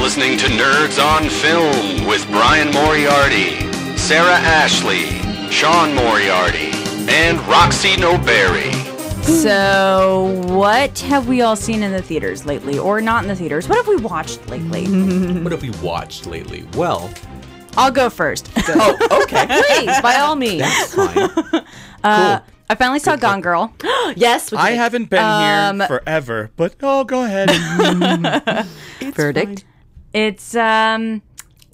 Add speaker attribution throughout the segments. Speaker 1: listening to Nerds on Film with Brian Moriarty, Sarah Ashley, Sean Moriarty, and Roxy Noberry.
Speaker 2: So, what have we all seen in the theaters lately, or not in the theaters? What have we watched lately?
Speaker 3: What have we watched lately? Well,
Speaker 2: I'll go first.
Speaker 3: oh, okay,
Speaker 2: Please, by all means.
Speaker 3: that's fine. Cool.
Speaker 2: I finally saw Gone Girl.
Speaker 4: Yes,
Speaker 5: I haven't been here forever, but oh, go ahead.
Speaker 4: verdict.
Speaker 2: It's um,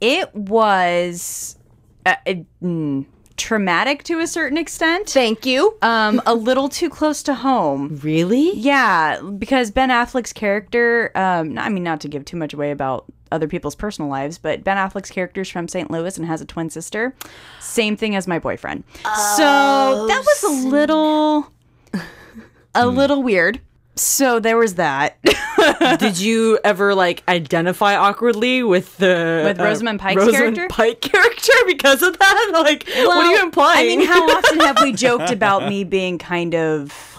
Speaker 2: it was uh, it, mm, traumatic to a certain extent.
Speaker 4: Thank you.
Speaker 2: Um, a little too close to home.
Speaker 4: Really?
Speaker 2: Yeah, because Ben Affleck's character, um, I mean, not to give too much away about other people's personal lives, but Ben Affleck's character's from St. Louis and has a twin sister. Same thing as my boyfriend.
Speaker 4: Oh,
Speaker 2: so that was a little, a little weird. So there was that.
Speaker 4: Did you ever like identify awkwardly with the uh,
Speaker 2: With Rosamund Pike's
Speaker 4: Rosamund
Speaker 2: character?
Speaker 4: Pike character because of that? Like, what are
Speaker 2: Well,
Speaker 4: you implying?
Speaker 2: I mean, how often have we joked about me being kind of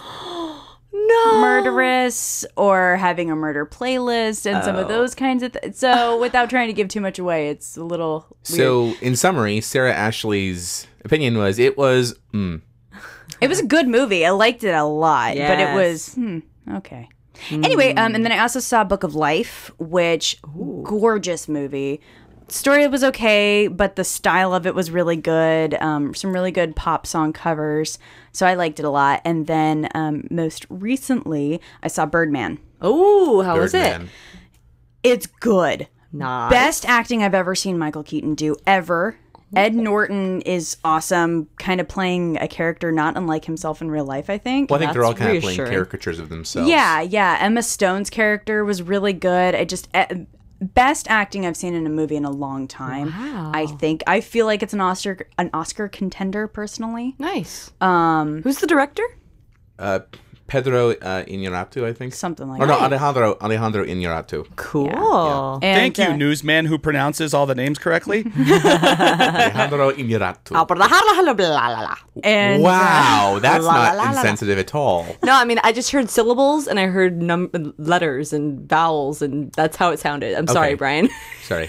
Speaker 4: no.
Speaker 2: murderous or having a murder playlist and
Speaker 4: Oh.
Speaker 2: some of those kinds of th- so without trying to give too much away it's a little weird.
Speaker 3: So, in summary, Sarah Ashley's opinion was it was mm,
Speaker 2: it was a good movie i liked it a lot but it was
Speaker 4: Yes.
Speaker 2: hmm, okay anyway um, and then i also saw book of life which gorgeous movie story was okay but the style of it was really good um, some really good pop song covers so i liked it a lot and then um, most recently i saw birdman
Speaker 4: Oh, how was it?
Speaker 3: Birdman.
Speaker 2: it's good
Speaker 4: Nah.
Speaker 2: Best acting I've ever seen Michael Keaton do ever. Ed Norton is awesome, kind of playing a character not unlike himself in real life, I think.
Speaker 3: Well, I think they're all
Speaker 4: That's
Speaker 3: kind of playing
Speaker 4: reassuring.
Speaker 3: caricatures of themselves.
Speaker 2: Yeah, yeah. Emma Stone's character was really good. I just eh, best acting I've seen in a movie in a long time. I think I feel like it's an Oscar an Oscar contender personally.
Speaker 4: Nice. Um, who's the director?
Speaker 3: Uh, Pedro uh, Inarritu, I think.
Speaker 2: Something like
Speaker 3: or no,
Speaker 2: that.
Speaker 3: Alejandro Alejandro Inarritu.
Speaker 4: Cool.
Speaker 2: And,
Speaker 5: Thank you,
Speaker 2: uh,
Speaker 5: newsman who pronounces all the names correctly.
Speaker 3: Alejandro
Speaker 4: Ah,
Speaker 3: Inarritu.
Speaker 4: No,
Speaker 2: uh, and,
Speaker 3: Wow, that's
Speaker 4: La, la,
Speaker 3: not
Speaker 4: la, la, la.
Speaker 3: insensitive at all.
Speaker 4: I mean, I just heard syllables and I heard num- letters and vowels, and that's how it sounded. I'm sorry,
Speaker 3: Okay.
Speaker 4: Brian.
Speaker 3: Sorry,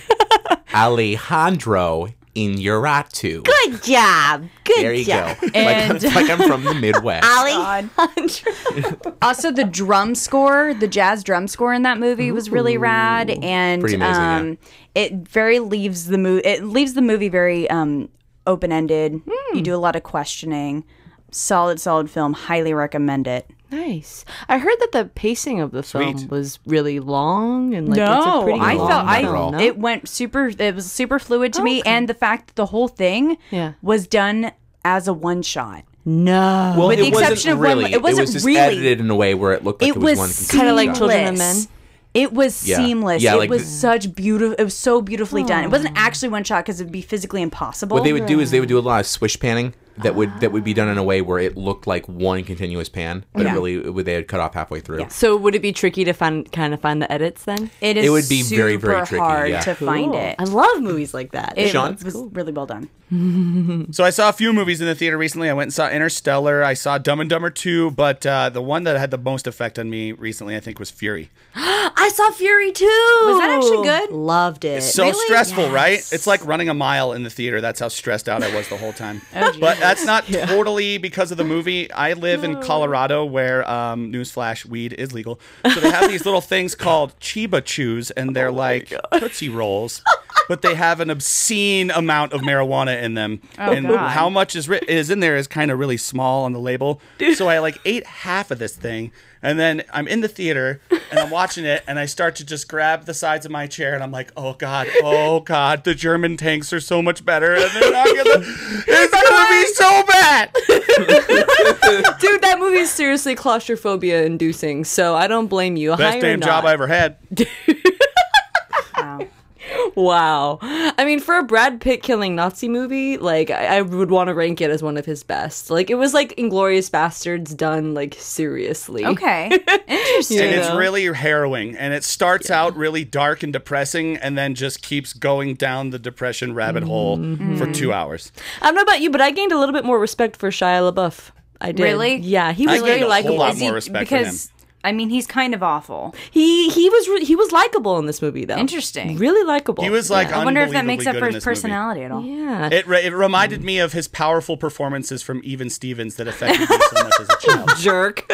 Speaker 3: Alejandro Inarritu.
Speaker 4: Good job. Good
Speaker 3: There you go.
Speaker 2: And-
Speaker 3: like, I'm, like I'm from the Midwest.
Speaker 4: Ali.
Speaker 2: also the drum score the jazz drum score in that movie was really rad and
Speaker 3: Pretty amazing, yeah.
Speaker 2: um it very leaves the movie it leaves the movie very um open-ended
Speaker 3: Hmm.
Speaker 2: you do a lot of questioning solid solid film highly recommend it
Speaker 4: nice. I heard that the pacing of the film
Speaker 5: Sweet.
Speaker 4: was really long and like it's a pretty
Speaker 2: i
Speaker 4: long
Speaker 2: felt i
Speaker 4: film, no?
Speaker 2: it went super it was super fluid to me and the fact that the whole thing
Speaker 4: Yeah.
Speaker 2: was done as a one shot
Speaker 4: no.
Speaker 3: Well,
Speaker 2: With the
Speaker 3: it wasn't
Speaker 2: exception of one-
Speaker 3: really.
Speaker 2: it wasn't
Speaker 3: was just
Speaker 2: really-
Speaker 3: edited in a way where it looked like it, was, one.
Speaker 2: seamless.
Speaker 3: complete
Speaker 4: Kinda like Children of Men.
Speaker 2: It was
Speaker 3: Yeah.
Speaker 2: seamless.
Speaker 3: Yeah,
Speaker 2: it
Speaker 3: like
Speaker 2: was
Speaker 3: the-
Speaker 2: such beautiful. It was so beautifully done. It wasn't actually one shot because it'd be physically impossible.
Speaker 3: What they would do is they would do a lot of swish panning that would that would be done in a way where it looked like one continuous pan, but
Speaker 2: Yeah.
Speaker 3: it really would they had cut off halfway through.
Speaker 4: so would it be tricky to find kind of find the edits then?
Speaker 2: it is
Speaker 3: it would be very, very
Speaker 2: super
Speaker 3: tricky,
Speaker 2: hard
Speaker 3: yeah.
Speaker 2: to find
Speaker 4: Cool.
Speaker 2: it.
Speaker 4: I love movies like that.
Speaker 2: It
Speaker 3: Sean?
Speaker 2: was really well done.
Speaker 5: so I saw a few movies in the theater recently. I went and saw Interstellar. I saw Dumb and Dumber 2, but uh, the one that had the most effect on me recently, I think, was Fury.
Speaker 4: I saw Fury too.
Speaker 2: Was that actually good?
Speaker 4: Loved it.
Speaker 5: So stressful, right? It's like running a mile in the theater. That's how stressed out I was the whole time. but that's not totally because of the movie. I live in Colorado where, um, newsflash, weed is legal. So they have these little things called Chiba Chews, and
Speaker 2: Oh
Speaker 5: they're like Tootsie Rolls, but they have an obscene amount of marijuana in them. and
Speaker 2: Oh, God.
Speaker 5: how much is, ri- is in there is kind of really small on the label. So I like ate half of this thing. And then I'm in the theater and I'm watching it, and I start to just grab the sides of my chair, and I'm like, "Oh God, oh God, the German tanks are so much better, and they're not gonna, it's gonna be so bad."
Speaker 4: Dude, that movie is seriously claustrophobia inducing, so I don't blame you.
Speaker 5: Best
Speaker 4: Hire
Speaker 5: damn
Speaker 4: not.
Speaker 5: job I ever had.
Speaker 4: Wow. I mean, for a Brad Pitt killing Nazi movie, like, I, I would want to rank it as one of his best. Like, it was like Inglorious Bastards done, like, seriously.
Speaker 2: Okay,
Speaker 4: You
Speaker 2: interesting.
Speaker 5: And it's
Speaker 4: know?
Speaker 5: really harrowing, and it starts out really dark and depressing, and then just keeps going down the depression rabbit hole for
Speaker 2: Mm-hmm.
Speaker 5: two hours.
Speaker 4: I don't know about you, but I gained a little bit more respect for Shia LaBeouf. I did.
Speaker 2: Really?
Speaker 4: Yeah, he was
Speaker 5: I
Speaker 4: very
Speaker 5: gained a whole
Speaker 4: likable.
Speaker 5: lot
Speaker 2: Is
Speaker 5: more respect for
Speaker 2: because I mean, he's kind of awful.
Speaker 4: He he was re- he was likable in this movie though.
Speaker 2: Interesting.
Speaker 4: Really likable.
Speaker 5: He was like,
Speaker 2: I wonder if that
Speaker 5: unbelievably
Speaker 2: makes up
Speaker 5: good
Speaker 2: for
Speaker 5: in
Speaker 2: his
Speaker 5: this movie.
Speaker 2: personality at all.
Speaker 4: yeah.
Speaker 5: It, re- it reminded me of his powerful performances from Even Stevens that affected me so much as a child.
Speaker 4: jerk.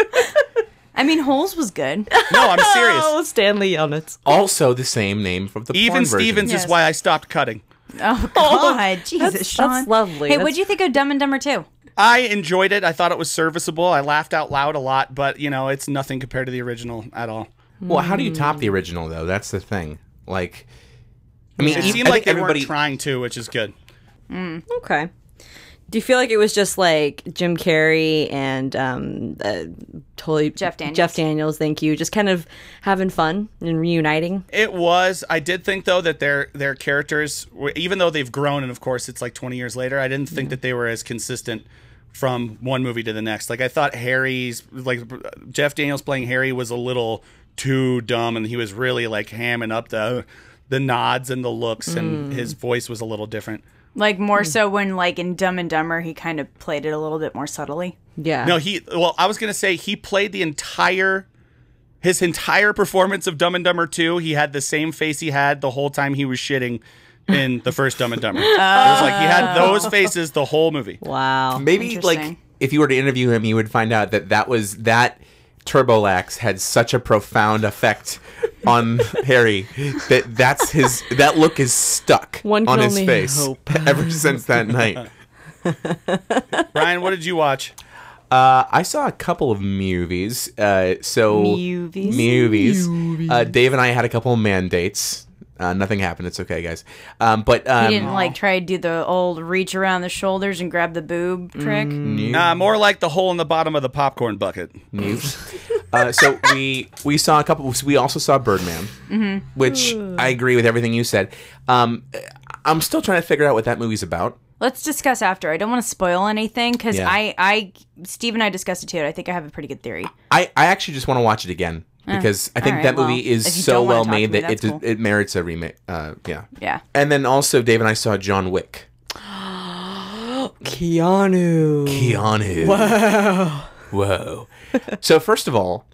Speaker 2: I mean, Holes was good.
Speaker 5: No, I'm serious.
Speaker 4: oh, Stanley Yelnats.
Speaker 3: Also, the same name from the porn
Speaker 5: Even
Speaker 3: version.
Speaker 5: Stevens
Speaker 2: Yes.
Speaker 5: is why I stopped cutting.
Speaker 2: Oh God, Jesus,
Speaker 4: that's
Speaker 2: Sean.
Speaker 4: lovely.
Speaker 2: Hey,
Speaker 4: That's-
Speaker 2: what'd you think of Dumb and Dumber Two?
Speaker 5: I enjoyed it. I thought it was serviceable. I laughed out loud a lot, but you know, it's nothing compared to the original at all.
Speaker 3: Well, how do you top
Speaker 2: Mm.
Speaker 3: the original though? That's the thing. Like, I mean,
Speaker 5: It
Speaker 3: e-
Speaker 5: seemed
Speaker 3: I
Speaker 5: like
Speaker 3: think
Speaker 5: they
Speaker 3: everybody.
Speaker 5: weren't trying to, which is good.
Speaker 4: Okay. Do you feel like it was just like Jim Carrey and um, uh, totally
Speaker 2: Jeff Daniels.
Speaker 4: Jeff Daniels, thank you. Just kind of having fun and reuniting.
Speaker 5: It was. I did think though that their their characters, were, even though they've grown, and of course it's like 20 years later, I didn't think that they were as consistent from one movie to the next. Like I thought Harry's, like Jeff Daniels playing Harry was a little too dumb, and he was really like hamming up the the nods and the looks, and his voice was a little different.
Speaker 2: Like
Speaker 4: Hmm.
Speaker 2: more so when like in Dumb and Dumber, he kind of played it a little bit more subtly.
Speaker 4: Yeah.
Speaker 5: No, he. Well, I was gonna say he played the entire, his entire performance of Dumb and Dumber Two. He had the same face he had the whole time he was shitting in the first Dumb and Dumber. It was like he had
Speaker 2: Ah.
Speaker 5: those faces the whole movie.
Speaker 4: Wow.
Speaker 3: Maybe like
Speaker 2: Interesting.
Speaker 3: if you were to interview him, you would find out that that was that Turbolax had such a profound effect on Harry that that's his that look is stuck
Speaker 4: One can
Speaker 3: on his
Speaker 4: only
Speaker 3: face
Speaker 4: hope.
Speaker 3: ever since that night.
Speaker 5: Ryan, what did you watch?
Speaker 3: Uh, I saw a couple of movies. Uh, so
Speaker 2: Movies?
Speaker 3: movies. Uh, Dave and I had a couple of mandates. Uh, nothing happened. It's okay, guys. Um, but
Speaker 2: He
Speaker 3: um,
Speaker 2: didn't like try to do the old reach around the shoulders and grab the boob
Speaker 4: Mm.
Speaker 2: trick.
Speaker 5: Nah, more like the hole in the bottom of the popcorn bucket.
Speaker 3: news. Uh, so we we saw a couple. We also saw Birdman,
Speaker 2: Mm-hmm.
Speaker 3: which I agree with everything you said. Um, I'm still trying to figure out what that movie's about.
Speaker 2: Let's discuss after. I don't want to spoil anything because
Speaker 3: Yeah.
Speaker 2: I, I, Steve and I discussed it too. And I think I have a pretty good theory.
Speaker 3: I, I actually just want to watch it again because I think
Speaker 2: alright,
Speaker 3: that movie
Speaker 2: Ah, well, if
Speaker 3: is
Speaker 2: you
Speaker 3: so
Speaker 2: don't wanna
Speaker 3: well
Speaker 2: talk to
Speaker 3: made
Speaker 2: me,
Speaker 3: that it
Speaker 2: that's cool.
Speaker 3: it merits a remake. Uh, yeah.
Speaker 2: Yeah.
Speaker 3: And then also Dave and I saw John Wick.
Speaker 4: Keanu.
Speaker 3: Keanu. Whoa. Whoa. so first of all,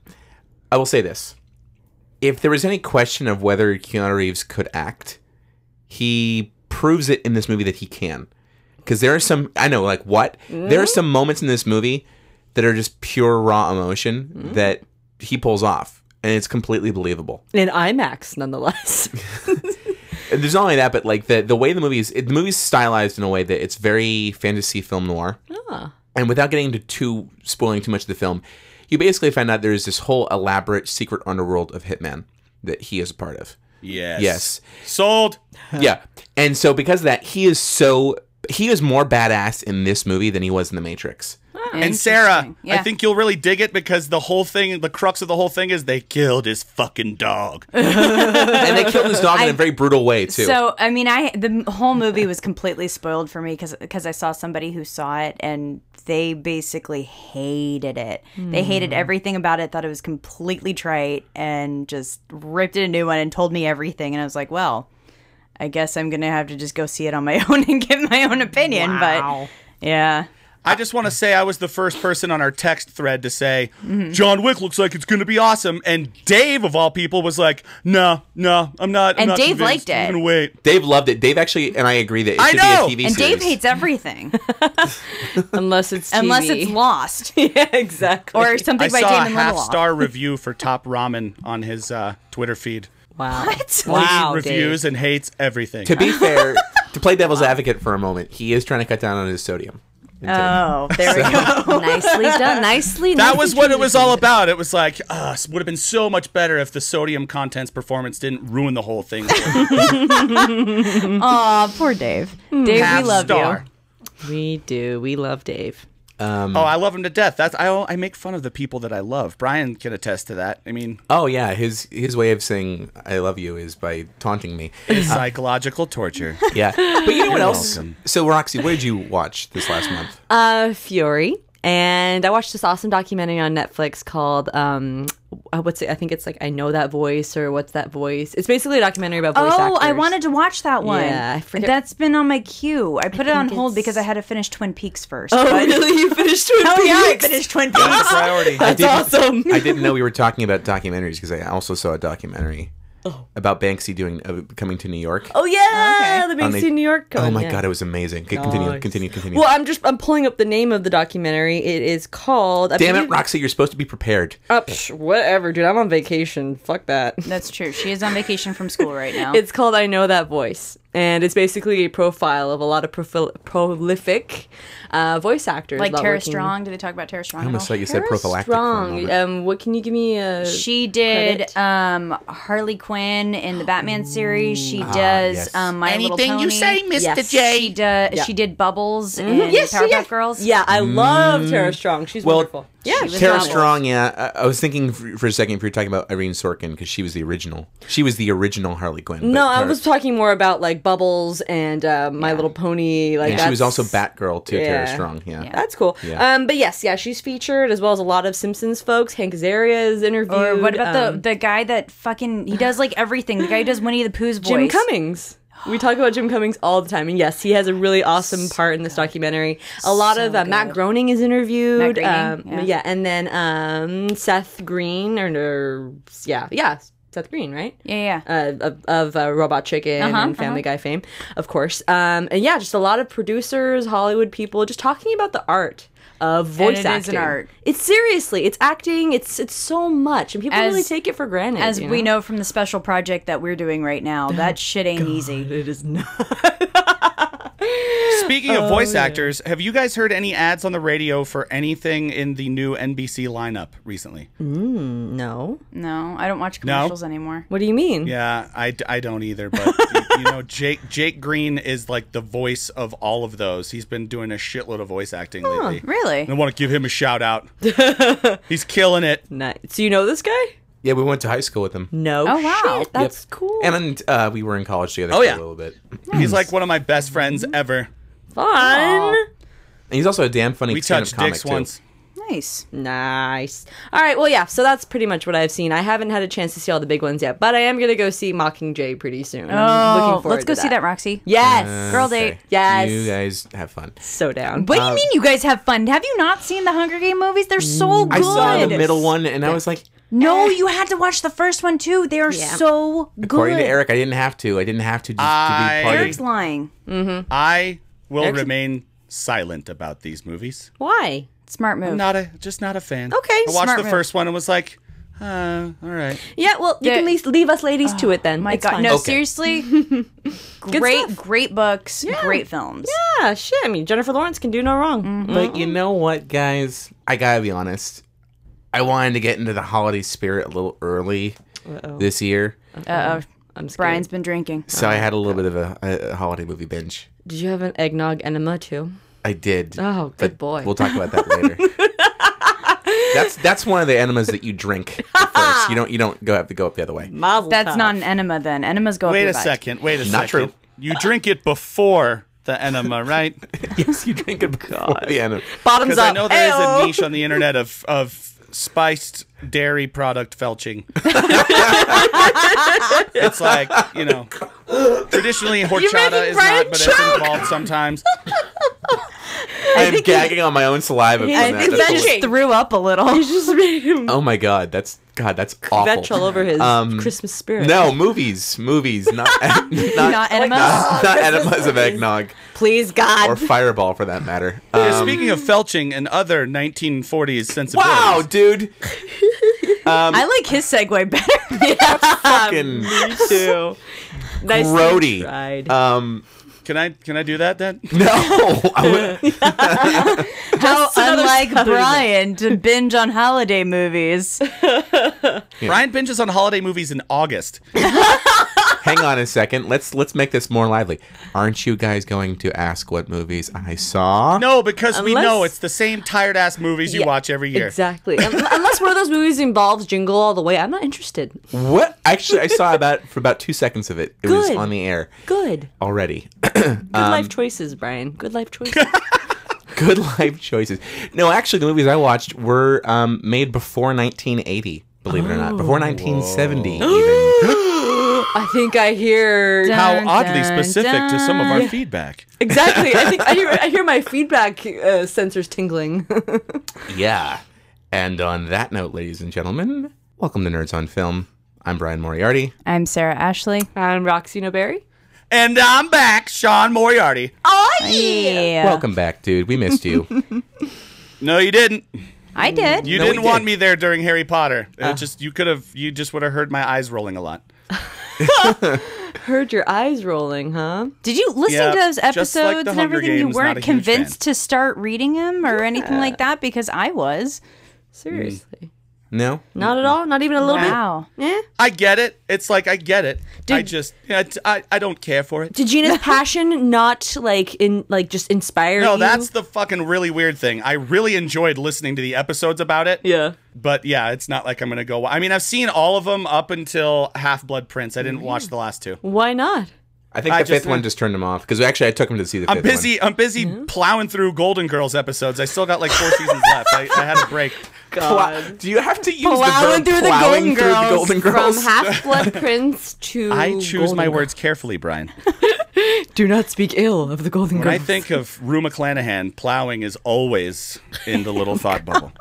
Speaker 3: I will say this. If there was any question of whether Keanu Reeves could act, he proves it in this movie that he can. Because there are some, I know, like what? There are some moments in this movie that are just pure raw emotion that he pulls off, and it's completely believable.
Speaker 4: In IMAX, nonetheless.
Speaker 3: And there's not only that, but like the the way the movie is, it, the movie's stylized in a way that it's very fantasy film noir.
Speaker 2: Ah.
Speaker 3: And without getting into too spoiling too much of the film, you basically find out there is this whole elaborate secret underworld of hitman that he is a part of.
Speaker 5: Yes.
Speaker 3: Yes,
Speaker 5: Sold.
Speaker 3: yeah. And so because of that, he is so he is more badass in this movie than he was in The Matrix.
Speaker 5: And Sarah,
Speaker 2: Interesting. yeah.
Speaker 5: I think you'll really dig it because the whole thing, the crux of the whole thing is they killed his fucking dog.
Speaker 3: and they killed his dog in a very brutal way too.
Speaker 2: So I mean, I the whole movie was completely spoiled for me because I saw somebody who saw it and they basically hated it. They hated
Speaker 5: Hmm.
Speaker 2: everything about it. Thought it was completely trite and just ripped it a new one and told me everything. And I was like, well, I guess I'm gonna have to just go see it on my own and get my own opinion. But yeah,
Speaker 5: I just want to say I was the first person on our text thread to say John Wick looks like it's going to be awesome, and Dave of all people was like, "No, no, I'm not." I'm
Speaker 2: And
Speaker 5: not
Speaker 2: Dave
Speaker 5: convinced.
Speaker 2: liked it.
Speaker 5: I'm gonna wait.
Speaker 3: Dave loved it. Dave actually, and I agree that it
Speaker 5: I
Speaker 3: should
Speaker 5: know!
Speaker 3: be a TV
Speaker 2: and
Speaker 3: series.
Speaker 2: Dave hates everything
Speaker 4: Unless it's TV.
Speaker 2: unless it's lost
Speaker 4: yeah, exactly.
Speaker 2: or something
Speaker 5: I
Speaker 2: by
Speaker 5: saw a
Speaker 2: Damon
Speaker 5: half
Speaker 2: Lindelof.
Speaker 5: star review for Top Ramen on his uh, Twitter feed.
Speaker 4: wow.
Speaker 2: What?
Speaker 4: Wow.
Speaker 5: he reviews
Speaker 4: Dave.
Speaker 5: and hates everything.
Speaker 3: To be fair, to play devil's advocate for a moment, he is trying to cut down on his sodium.
Speaker 4: Uh.
Speaker 3: intake.
Speaker 2: Oh, there we go.
Speaker 4: Nicely done. Nicely.
Speaker 5: that was what it was all about. It was like, uh, would have been so much better if the sodium contents performance didn't ruin the whole thing.
Speaker 2: Aw, poor Dave. Dave,
Speaker 5: half
Speaker 2: we love you.
Speaker 5: star.
Speaker 4: We do. We love Dave.
Speaker 2: Mm.
Speaker 5: Oh, I love him to death. That's I. I make fun of the people that I love. Brian can attest to that. I mean,
Speaker 3: Oh yeah, his his way of saying "I love you" is by taunting me.
Speaker 5: it's psychological torture.
Speaker 3: Yeah, but you know what else?
Speaker 5: welcome.
Speaker 3: So Roxy, what did you watch this last month?
Speaker 4: Uh, Fury. And I watched this awesome documentary on Netflix called um, uh, what's it? I think it's like I know that voice or what's that voice? It's basically a documentary about voice
Speaker 2: Oh, I
Speaker 4: actors.
Speaker 2: wanted to watch that one.
Speaker 4: Yeah, I forget-
Speaker 2: That's been on my queue. I put it on
Speaker 4: think
Speaker 2: hold
Speaker 4: it's-
Speaker 2: because I had to finish Twin Peaks first.
Speaker 4: Oh, really? You finished Twin
Speaker 2: Oh,
Speaker 4: Peaks?
Speaker 2: yeah, I finished Twin Peaks.
Speaker 5: priority.
Speaker 4: That's awesome.
Speaker 3: I didn't know we were talking about documentaries because I also saw a documentary about Banksy doing uh, coming to New York.
Speaker 4: Oh yeah, the
Speaker 3: On
Speaker 4: Big
Speaker 3: the-
Speaker 4: Sea New York.
Speaker 3: Oh
Speaker 4: one,
Speaker 3: my
Speaker 4: yeah.
Speaker 3: god, it was amazing. Okay, continue,
Speaker 4: Nice.
Speaker 3: continue, continue.
Speaker 4: Well, I'm just I'm pulling up the name of the documentary. It is called. I
Speaker 3: Damn it,
Speaker 4: believe-
Speaker 3: Roxy, you're supposed to be prepared.
Speaker 4: Uh, psh, whatever, dude. I'm on vacation. Fuck that.
Speaker 2: That's true. She is on vacation from school right now.
Speaker 4: It's called I Know That Voice, and it's basically a profile of a lot of profil- prolific uh, voice actors.
Speaker 2: like
Speaker 4: about
Speaker 2: Tara
Speaker 4: working-
Speaker 2: Strong. Did they talk about Tara Strong?
Speaker 3: I
Speaker 2: at
Speaker 3: almost
Speaker 2: all?
Speaker 3: thought you said
Speaker 4: Tara
Speaker 3: prophylactic. for a
Speaker 4: Strong.
Speaker 3: moment.
Speaker 4: Um, what can you give me? A
Speaker 2: She did
Speaker 4: Credit.
Speaker 2: um, Harley Quinn in the Batman series. She does
Speaker 3: Ah, yes.
Speaker 2: um, My Little Pony.
Speaker 5: Mr.
Speaker 4: Yes.
Speaker 2: She does. She did Bubbles
Speaker 4: Mm-hmm.
Speaker 2: in Powerpuff Girls.
Speaker 4: Yeah, I love Tara Strong. She's
Speaker 3: Mm. well,
Speaker 4: wonderful. Yeah,
Speaker 2: was
Speaker 3: Tara
Speaker 2: novel.
Speaker 3: Strong, yeah. I, I was thinking for, for a second if you're talking about Irene Sorkin because she was the original. She was the original Harley Quinn. but
Speaker 4: No, I
Speaker 3: Tara-
Speaker 4: was talking more about like Bubbles and uh, My Little Pony. Like
Speaker 3: And she was
Speaker 4: that's-
Speaker 3: also Batgirl too. Tara
Speaker 4: Yeah.
Speaker 3: Strong, yeah.
Speaker 4: That's cool.
Speaker 3: Yeah.
Speaker 4: Um, but yes, yeah, she's featured as well as a lot of Simpsons folks. Hank Azaria is interviewed.
Speaker 2: Or what about
Speaker 4: um,
Speaker 2: the the guy that fucking he does like everything? The guy who does Winnie the Pooh's voice.
Speaker 4: Jim Cummings? We talk about Jim Cummings all the time, and yes, he has a really awesome part in this documentary. A lot of uh, Matt Groening is interviewed.
Speaker 2: Matt
Speaker 4: um,
Speaker 2: Groening,
Speaker 4: yeah.
Speaker 2: yeah.
Speaker 4: and then um, Seth Green or, or yeah, yeah, Seth Green, right?
Speaker 2: Yeah, yeah.
Speaker 4: uh, of, of uh, Robot Chicken
Speaker 2: Uh-huh,
Speaker 4: and Family Guy fame, of course. Um, and yeah, just a lot of producers, Hollywood people, just talking about the art of voice
Speaker 2: it
Speaker 4: acting.
Speaker 2: is an art.
Speaker 4: It's seriously, it's acting. It's it's so much, and people
Speaker 2: As-
Speaker 4: really take it for granted.
Speaker 2: As
Speaker 4: you
Speaker 2: we know Oh from the special project that we're doing right now, that shit ain't easy.
Speaker 4: it is not.
Speaker 5: Speaking of voice actors, have you guys heard any ads on the radio for anything in the new NBC lineup recently?
Speaker 4: No,
Speaker 2: No, I don't watch commercials anymore.
Speaker 4: what do you mean?
Speaker 5: Yeah, I, d- I don't either. But you, you know, Jake Jake Green is like the voice of all of those. He's been doing a shitload of voice acting lately.
Speaker 2: Really?
Speaker 5: I want to give him a shout out. He's killing it.
Speaker 4: Nice. So you know this guy?
Speaker 3: Yeah, we went to high school with them.
Speaker 4: No.
Speaker 2: Oh, wow.
Speaker 4: shit, that's cool.
Speaker 3: And uh, we were in college together
Speaker 5: Oh,
Speaker 3: for
Speaker 5: yeah.
Speaker 3: a little bit.
Speaker 5: He's like one of my best friends ever.
Speaker 4: Fun.
Speaker 3: And he's also a damn funny
Speaker 5: We
Speaker 3: stand-up
Speaker 5: touched
Speaker 3: comic
Speaker 5: dicks
Speaker 3: too.
Speaker 5: once.
Speaker 2: Nice.
Speaker 4: Nice. All right. Well, yeah. So that's pretty much what I've seen. I haven't had a chance to see all the big ones yet, but I am gonna go see Mockingjay pretty soon. I'm
Speaker 2: Oh,
Speaker 4: looking forward
Speaker 2: let's go
Speaker 4: to
Speaker 2: see that, Roxy.
Speaker 4: Yes.
Speaker 5: Ah,
Speaker 2: Girl date.
Speaker 4: Yes.
Speaker 3: Uh, You guys have fun.
Speaker 4: so down.
Speaker 2: What do you mean you guys have fun? Have you not seen the Hunger Game movies? They're so good.
Speaker 3: I saw the middle one and I was like,
Speaker 2: No, you had to watch the first one too. They are so good.
Speaker 3: according to Eric, I didn't have to. I didn't have to just
Speaker 5: I-
Speaker 3: to be part
Speaker 2: Eric's
Speaker 3: of
Speaker 2: lying.
Speaker 5: I will remain silent about these movies.
Speaker 4: Why?
Speaker 2: Smart move.
Speaker 5: Not a just not a fan.
Speaker 4: Okay,
Speaker 5: I watched
Speaker 2: smart
Speaker 5: the
Speaker 2: move.
Speaker 5: first one and was like, uh, all right.
Speaker 4: Yeah. Well, you
Speaker 2: Yeah.
Speaker 4: can at least leave us ladies to it then.
Speaker 2: Oh My
Speaker 4: It's
Speaker 2: God,
Speaker 4: fine.
Speaker 2: no,
Speaker 3: Okay.
Speaker 2: seriously. great,
Speaker 4: stuff.
Speaker 2: great books, great films.
Speaker 4: Yeah. Ah, Shit. I mean, Jennifer Lawrence can do no wrong.
Speaker 2: Mm-hmm.
Speaker 4: Mm.
Speaker 3: But you know what, guys? I gotta be honest. I wanted to get into the holiday spirit a little early this year,
Speaker 2: Uh oh,
Speaker 4: I'm scared.
Speaker 2: Brian's been drinking.
Speaker 3: so I had a little bit of a, a a holiday movie binge.
Speaker 4: Did you have an eggnog enema too?
Speaker 3: I did.
Speaker 4: Oh, good
Speaker 3: but
Speaker 4: boy.
Speaker 3: We'll talk about that later. that's that's one of the enemas that you drink first. You don't you don't go have to go up the other way.
Speaker 4: Mazel
Speaker 2: That's
Speaker 4: tov.
Speaker 2: not an enema then. Enemas go up
Speaker 5: Wait
Speaker 2: your
Speaker 5: a
Speaker 2: butt.
Speaker 5: second. Wait a second.
Speaker 3: Not true.
Speaker 5: You drink it before the enema, right?
Speaker 3: yes, you drink it before the enema.
Speaker 4: Bottoms
Speaker 5: Because
Speaker 4: up.
Speaker 5: I know there is
Speaker 4: Ayo.
Speaker 5: a niche on the internet of of spiced dairy product felching. it's like you know, traditionally horchata
Speaker 4: making
Speaker 5: is
Speaker 4: Brian
Speaker 5: not, but it's involved sometimes.
Speaker 3: I am gagging on my own saliva.
Speaker 4: I
Speaker 3: from
Speaker 4: think
Speaker 3: that. That's
Speaker 4: that's
Speaker 3: a-
Speaker 4: just-
Speaker 2: Threw up a little.
Speaker 4: It's just made him
Speaker 3: oh my god, that's god, that's awful.
Speaker 4: vetch all over his
Speaker 3: Um,
Speaker 4: Christmas spirit.
Speaker 3: No, movies, movies, not not,
Speaker 2: Not enemas.
Speaker 3: not enemas of eggnog.
Speaker 4: Please, God.
Speaker 3: or Fireball for that matter. Um,
Speaker 5: Yeah, Speaking of felching and other 1940s sensibilities,
Speaker 3: wow, dude.
Speaker 2: I like his segue better.
Speaker 3: Fucking
Speaker 4: too. nice.
Speaker 3: Brody.
Speaker 4: Tried.
Speaker 3: Um,
Speaker 5: can I can I do that then?
Speaker 3: no. I would-
Speaker 2: How
Speaker 4: another
Speaker 2: unlike
Speaker 4: Southern-
Speaker 2: Brian to binge on holiday movies.
Speaker 5: Brian binges on holiday movies in August.
Speaker 3: hang on a second. Let's let's make this more lively. Aren't you guys going to ask what movies I saw?
Speaker 5: No, because we
Speaker 4: Unless-
Speaker 5: know it's the same tired ass movies you
Speaker 4: Yeah,
Speaker 5: watch every year.
Speaker 4: Exactly. Un- Unless one of those movies involves Jingle All the Way, I'm not interested.
Speaker 3: What? Actually, I saw about for about two seconds of it. It was
Speaker 4: Good.
Speaker 3: on the air
Speaker 4: Good.
Speaker 3: already.
Speaker 4: Good life choices, Brian. Good life choices.
Speaker 3: Good life choices. No, actually, the movies I watched were um, made before 1980. Believe it or
Speaker 4: Oh,
Speaker 3: not, before 1970, even.
Speaker 4: I think I hear
Speaker 5: How
Speaker 2: Dun,
Speaker 5: oddly
Speaker 2: dun,
Speaker 5: specific to some of our feedback.
Speaker 4: exactly. I think I hear, I hear my feedback uh, sensors tingling.
Speaker 3: yeah. And on that note, ladies and gentlemen, welcome to Nerds on Film. I'm Brian Moriarty.
Speaker 2: I'm Sarah Ashley.
Speaker 4: I'm Roxy Noberry.
Speaker 5: And I'm back, Sean Moriarty.
Speaker 4: Oh
Speaker 2: Yeah.
Speaker 3: Welcome back, dude. We missed you.
Speaker 5: No, Uh-huh. you didn't.
Speaker 2: I did.
Speaker 5: You
Speaker 3: No, we
Speaker 5: didn't want
Speaker 3: did.
Speaker 5: me there during Harry Potter. It just you could have you just would have heard my eyes rolling a lot.
Speaker 4: Heard your eyes rolling, huh?
Speaker 2: Did you listen
Speaker 5: Yeah,
Speaker 2: to those
Speaker 5: just like
Speaker 2: episodes
Speaker 5: The
Speaker 2: and
Speaker 5: Hunger
Speaker 2: everything? you
Speaker 5: Games, not
Speaker 2: weren't
Speaker 5: a huge fan.
Speaker 2: convinced to start reading them or anything like that because I was.
Speaker 4: Seriously.
Speaker 3: No?
Speaker 4: Not at all. Not even a little
Speaker 2: Wow.
Speaker 4: bit. Eh?
Speaker 5: I get it. It's like I get it. I
Speaker 4: Did-
Speaker 5: just yeah, t- I, I don't care for it.
Speaker 4: Did Gina's passion not like in like just inspire
Speaker 5: No,
Speaker 4: you?
Speaker 5: that's the fucking really weird thing. I really enjoyed listening to the episodes about it.
Speaker 4: yeah.
Speaker 5: But yeah, it's not like I'm going to go. I mean, I've seen all of them up until Half Blood Prince. I didn't watch the last two.
Speaker 4: Why not?
Speaker 3: I think
Speaker 5: I
Speaker 3: the
Speaker 5: just-
Speaker 3: fifth one just turned him off because actually I took him to see the
Speaker 5: I'm
Speaker 3: fifth one.
Speaker 5: busy. I'm busy plowing through Golden Girls episodes. I still got like four seasons left. I, I had a break.
Speaker 3: Plow- do you have to use
Speaker 4: uh, Plowing
Speaker 3: the
Speaker 4: through
Speaker 3: verb
Speaker 4: the
Speaker 3: plowing
Speaker 4: Golden
Speaker 3: through the
Speaker 4: Girls,
Speaker 3: Golden Girls?
Speaker 4: from Half Blood Prince to
Speaker 5: I choose
Speaker 4: Golden
Speaker 5: my
Speaker 4: Girls.
Speaker 5: words carefully, Brian.
Speaker 4: Do not speak ill of the Golden
Speaker 5: When I
Speaker 4: Girls.
Speaker 5: think of Rue McClanahan, plowing is always in the little thought bubble.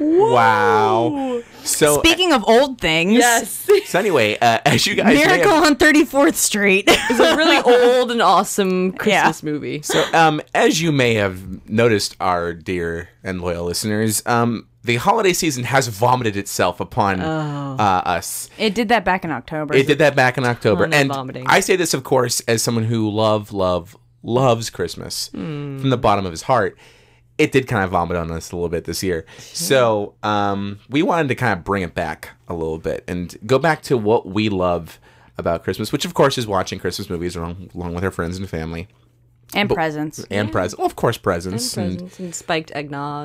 Speaker 3: wow. So,
Speaker 2: Speaking of old things,
Speaker 4: yes,
Speaker 3: so anyway, uh, as you guys may have-
Speaker 2: Miracle on 34th Street.
Speaker 4: it's a really old and awesome Christmas movie.
Speaker 3: So, um, as you may have noticed, our dear and loyal listeners, um, the holiday season has vomited itself upon
Speaker 4: Oh.
Speaker 3: uh, us.
Speaker 2: it did that back in October.
Speaker 3: It did that back in October,
Speaker 4: no
Speaker 3: and
Speaker 4: vomiting.
Speaker 3: I say this, of course, as someone who love, love, loves Christmas
Speaker 4: Hmm.
Speaker 3: from the bottom of his heart. It did kind of vomit on us a little bit this year, so um, we wanted to kind of bring it back a little bit and go back to what we love about Christmas, which of course is watching Christmas movies along, along with our friends and family
Speaker 2: and presents.
Speaker 3: and presents. Well, of course, presents and,
Speaker 4: Presents and spiked eggnog.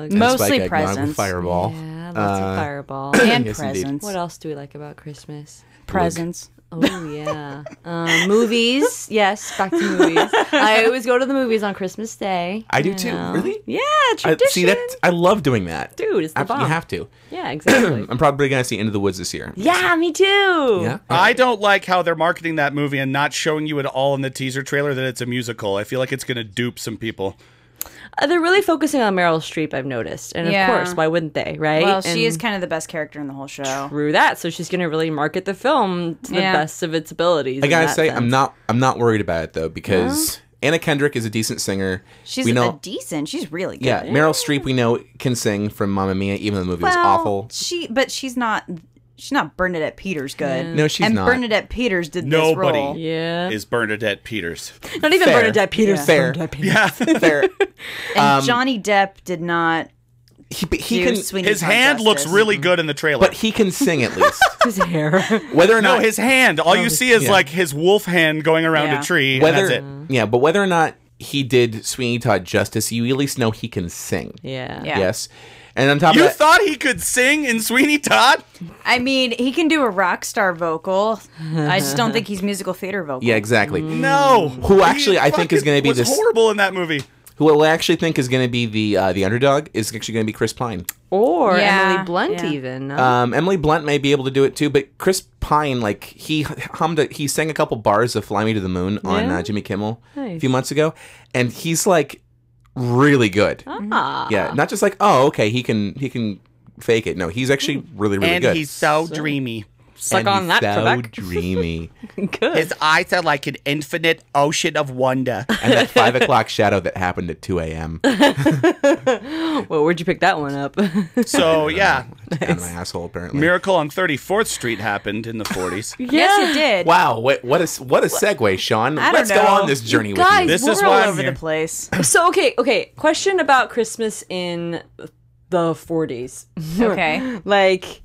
Speaker 2: Mo-
Speaker 3: and Spike
Speaker 2: Mostly
Speaker 3: Eggnog with
Speaker 2: presents.
Speaker 3: Fireball.
Speaker 4: yeah, lots of fireball.
Speaker 2: And
Speaker 3: Yes, indeed.
Speaker 2: presents.
Speaker 4: what else do we like about Christmas?
Speaker 2: Presents.
Speaker 4: Oh yeah, um, movies. Yes, back to movies. I always go to the movies on Christmas Day.
Speaker 3: I do too. Really?
Speaker 4: Yeah,
Speaker 3: I,
Speaker 4: tradition.
Speaker 3: see that? I love doing that.
Speaker 4: Dude, it's the
Speaker 3: I- You
Speaker 4: bomb.
Speaker 3: have to.
Speaker 4: Yeah, exactly.
Speaker 3: I'm probably gonna see Into the Woods this year.
Speaker 4: yeah, me too.
Speaker 3: Yeah.
Speaker 5: I don't like how they're marketing that movie and not showing you at all in the teaser trailer that it's a musical. I feel like it's going to dupe some people.
Speaker 4: Uh, they're really focusing on Meryl Streep. I've noticed, and
Speaker 2: Yeah.
Speaker 4: of course, why wouldn't they? Right?
Speaker 2: Well, she
Speaker 4: And-
Speaker 2: is kind of the best character in the whole show.
Speaker 4: through that. So she's going to really market the film to the
Speaker 2: Yeah.
Speaker 4: best of its abilities.
Speaker 3: I gotta say, I'm not. I'm not worried about it though because Anna Kendrick is a decent singer.
Speaker 2: She's
Speaker 3: we know.
Speaker 2: a decent. She's really good.
Speaker 3: yeah, Meryl Streep we know can sing from Mamma Mia, even though the movie was
Speaker 2: Well,
Speaker 3: awful.
Speaker 2: She, but she's not. She's not Bernadette Peters good.
Speaker 3: No, she's
Speaker 2: and
Speaker 3: not.
Speaker 2: Bernadette Peters did
Speaker 5: Nobody.
Speaker 2: this role.
Speaker 4: Yeah.
Speaker 5: Is Bernadette Peters?
Speaker 4: not even
Speaker 3: Fair.
Speaker 4: Bernadette Peters.
Speaker 3: Fair.
Speaker 4: Bernadette Peters.
Speaker 5: Yeah,
Speaker 3: Fair.
Speaker 2: And Johnny Depp did not.
Speaker 3: He, but Um, he
Speaker 2: do
Speaker 3: can.
Speaker 2: Sweeney
Speaker 5: his
Speaker 2: Todd
Speaker 5: hand looks
Speaker 2: justice.
Speaker 5: really good in the trailer.
Speaker 3: But he can sing at least.
Speaker 4: His hair.
Speaker 3: Whether or not
Speaker 5: no, his hand. All you see is
Speaker 3: yeah.
Speaker 5: like his wolf hand going around
Speaker 2: Yeah.
Speaker 5: a tree.
Speaker 3: whether Mm.
Speaker 5: and that's it.
Speaker 2: Mm.
Speaker 3: yeah, but whether or not he did Sweeney Todd justice, you at least know he can sing.
Speaker 4: yeah.
Speaker 2: Yeah.
Speaker 3: Yes. And on top
Speaker 5: You
Speaker 3: of that,
Speaker 5: thought he could sing in Sweeney Todd?
Speaker 2: I mean, he can do a rock star vocal. I just don't think he's musical theater vocal.
Speaker 3: yeah, exactly.
Speaker 2: Mm.
Speaker 5: No.
Speaker 3: Who actually I think is
Speaker 5: fucking
Speaker 3: gonna be
Speaker 5: was
Speaker 3: this-
Speaker 5: horrible in that movie.
Speaker 3: Who I actually think is going to be the uh, the underdog is actually going to be Chris Pine.
Speaker 4: Or
Speaker 2: Yeah.
Speaker 4: Emily Blunt,
Speaker 2: Yeah.
Speaker 4: even.
Speaker 3: Um, Emily Blunt may be able to do it too, but Chris Pine, like he hummed, a, he sang a couple bars of "Fly Me to the Moon" on
Speaker 4: Yeah?
Speaker 3: uh, Jimmy Kimmel a
Speaker 4: Nice.
Speaker 3: few months ago, and he's like really good. Mm-hmm.
Speaker 4: ah.
Speaker 3: Yeah, not just like oh, okay, he can he can fake it. No, he's actually
Speaker 4: Mm.
Speaker 3: really really good.
Speaker 5: so dreamy.
Speaker 4: Suck
Speaker 3: And
Speaker 4: on
Speaker 3: he's
Speaker 4: that,
Speaker 3: so
Speaker 4: Trebek.
Speaker 3: dreamy.
Speaker 4: Good.
Speaker 5: His eyes are like an infinite ocean of wonder.
Speaker 3: and that five o'clock shadow that happened at two a.m. down
Speaker 4: well, where'd you pick that one up?
Speaker 5: So yeah,
Speaker 3: my asshole apparently.
Speaker 5: Miracle on 34th Street happened in the 40s.
Speaker 2: Yes, it did.
Speaker 3: Wow, what what a s- what a segue, Sean.
Speaker 2: I don't
Speaker 3: Let's go
Speaker 2: know.
Speaker 3: on this journey with
Speaker 4: Guys,
Speaker 3: you.
Speaker 5: This
Speaker 2: We're
Speaker 5: is
Speaker 2: all
Speaker 5: why I'm
Speaker 2: over
Speaker 5: here.
Speaker 2: the place.
Speaker 4: so, okay, okay. Question about Christmas in the 40s.
Speaker 2: Okay.
Speaker 4: like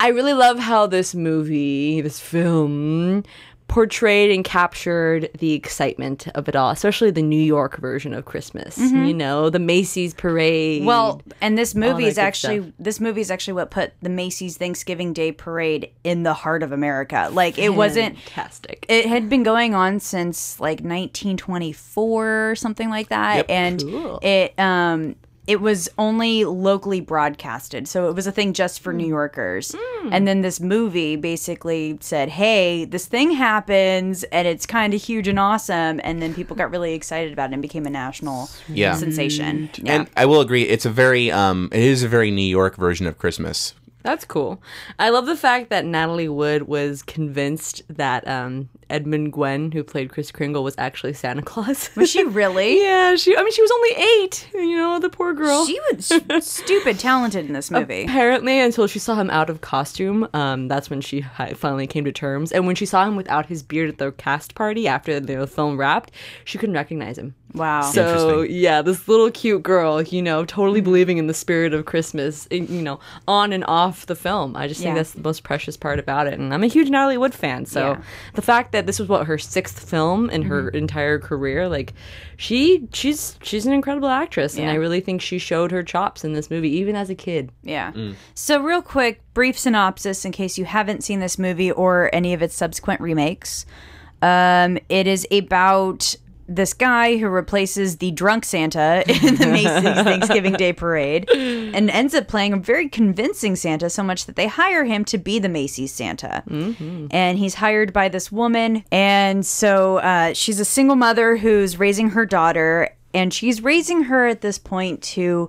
Speaker 4: i really love how this movie this film portrayed and captured the excitement of it all, especially the New York version of Christmas. You know, the Macy's parade.
Speaker 2: Mm-hmm. Well, and this movie
Speaker 4: that
Speaker 2: is
Speaker 4: good
Speaker 2: actually
Speaker 4: stuff.
Speaker 2: this movie is actually what put the Macy's Thanksgiving Day Parade in the heart of America. Like it wasn't
Speaker 4: fantastic.
Speaker 2: it had been going on since like 1924 something like that
Speaker 3: Yep.
Speaker 2: and it um it was only locally broadcasted so it was a thing just for new yorkers and then this movie basically said hey this thing happens and it's kind of huge and awesome and then people got really excited about it and became a national
Speaker 3: Yeah.
Speaker 2: sensation yeah
Speaker 3: And I will agree, it's a very um, it is a very New York version of Christmas.
Speaker 4: That's cool. I love the fact that Natalie Wood was convinced that um, Edmund Gwen, who played Chris Kringle, was actually Santa Claus.
Speaker 2: was she really
Speaker 4: yeah, she. I mean, she was only eight. You know, the poor girl.
Speaker 2: she was stupid talented in this movie
Speaker 4: Apparently, until she saw him out of costume, um, that's when she hi- finally came to terms. And when she saw him without his beard at the cast party after the film wrapped, she couldn't recognize him.
Speaker 2: wow Mm-hmm.
Speaker 4: So
Speaker 3: Interesting.
Speaker 4: yeah, this little cute girl, you know, totally believing in the spirit of Christmas, in- you know, on and off the film. I just
Speaker 2: Yeah.
Speaker 4: think that's the most precious part about it. And I'm a huge Natalie Wood fan, so
Speaker 2: Yeah. Mm-hmm.
Speaker 4: the fact that this was what her sixth film in her entire career, like she she's she's an incredible actress, and
Speaker 2: Yeah.
Speaker 4: I really think she showed her chops in this movie, even as a kid.
Speaker 2: Yeah. So, real quick, brief synopsis in case you haven't seen this movie or any of its subsequent remakes. Um, it is about this guy who replaces the drunk Santa in the Macy's Thanksgiving Day Parade and ends up playing a very convincing Santa so much that they hire him to be the Macy's Santa. And he's hired by this woman. And so uh, she's a single mother who's raising her daughter. And she's raising her at this point to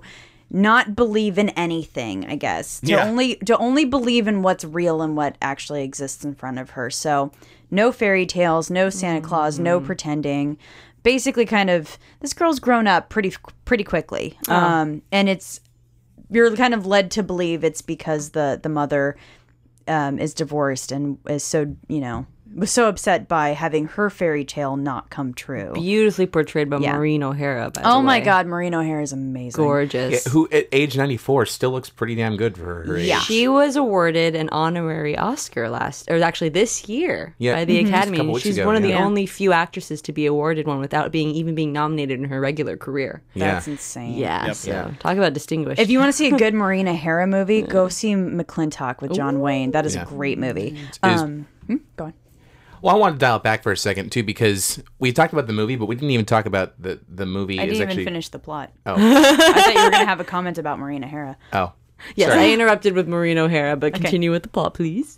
Speaker 2: not believe in anything, I guess. To
Speaker 5: Yeah.
Speaker 2: only to only believe in what's real and what actually exists in front of her. So no fairy tales, no Santa Claus, no pretending. Basically, kind of this girl's grown up pretty pretty quickly, um, and it's you're kind of led to believe it's because the the mother um, is divorced and is so you know was so upset by having her fairy tale not come true.
Speaker 4: Beautifully portrayed by
Speaker 2: Yeah.
Speaker 4: Maureen O'Hara. By the
Speaker 2: Oh my
Speaker 4: way.
Speaker 2: God, Maureen O'Hara is amazing.
Speaker 4: gorgeous.
Speaker 3: Who at age 94 still looks pretty damn good for her age.
Speaker 2: Yeah.
Speaker 4: She was awarded an honorary Oscar last, or actually this year,
Speaker 3: Yeah.
Speaker 4: by the
Speaker 2: Mm-hmm.
Speaker 3: Mhm. Just a
Speaker 4: Academy.
Speaker 3: couple weeks
Speaker 4: She's
Speaker 3: ago,
Speaker 4: one of the
Speaker 3: yeah.
Speaker 4: only few actresses to be awarded one without being even being nominated in her regular career.
Speaker 2: That's
Speaker 3: yeah.
Speaker 2: insane.
Speaker 4: Yeah, so
Speaker 3: Mm, Yeah.
Speaker 4: talk about distinguished.
Speaker 2: If you want to see a good Maureen O'Hara movie, go see McClintock with John Wayne. That is
Speaker 3: Yeah.
Speaker 2: a great movie.
Speaker 3: Is-
Speaker 2: Um, hmm? Go on.
Speaker 3: Well, I want to dial it back for a second too because we talked about the movie, but we didn't even talk about the the movie.
Speaker 2: I
Speaker 3: is
Speaker 2: didn't
Speaker 3: actually
Speaker 2: even finish the plot.
Speaker 3: Oh.
Speaker 2: I thought you were going to have a comment about Maureen O'Hara.
Speaker 3: oh
Speaker 4: yes,
Speaker 3: sorry.
Speaker 4: I interrupted with Maureen O'Hara, but continue with the plot, please.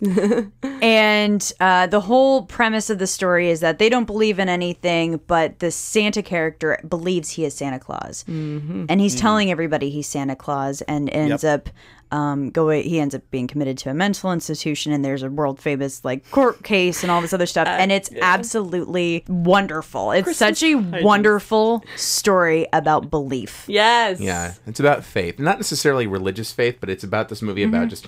Speaker 2: And uh, the whole premise of the story is that they don't believe in anything, but the Santa character believes he is Santa Claus,
Speaker 3: Mm-hmm.
Speaker 2: and
Speaker 3: Mm.
Speaker 2: he's telling everybody he's Santa Claus, and ends up um, going. He ends up being committed to a mental institution, and there's a world famous like court case and all this other stuff,
Speaker 3: Uh,
Speaker 2: and it's absolutely wonderful. It's such a wonderful story about belief.
Speaker 4: yes.
Speaker 3: yeah, it's about faith, not necessarily religious faith, but it's about this movie about just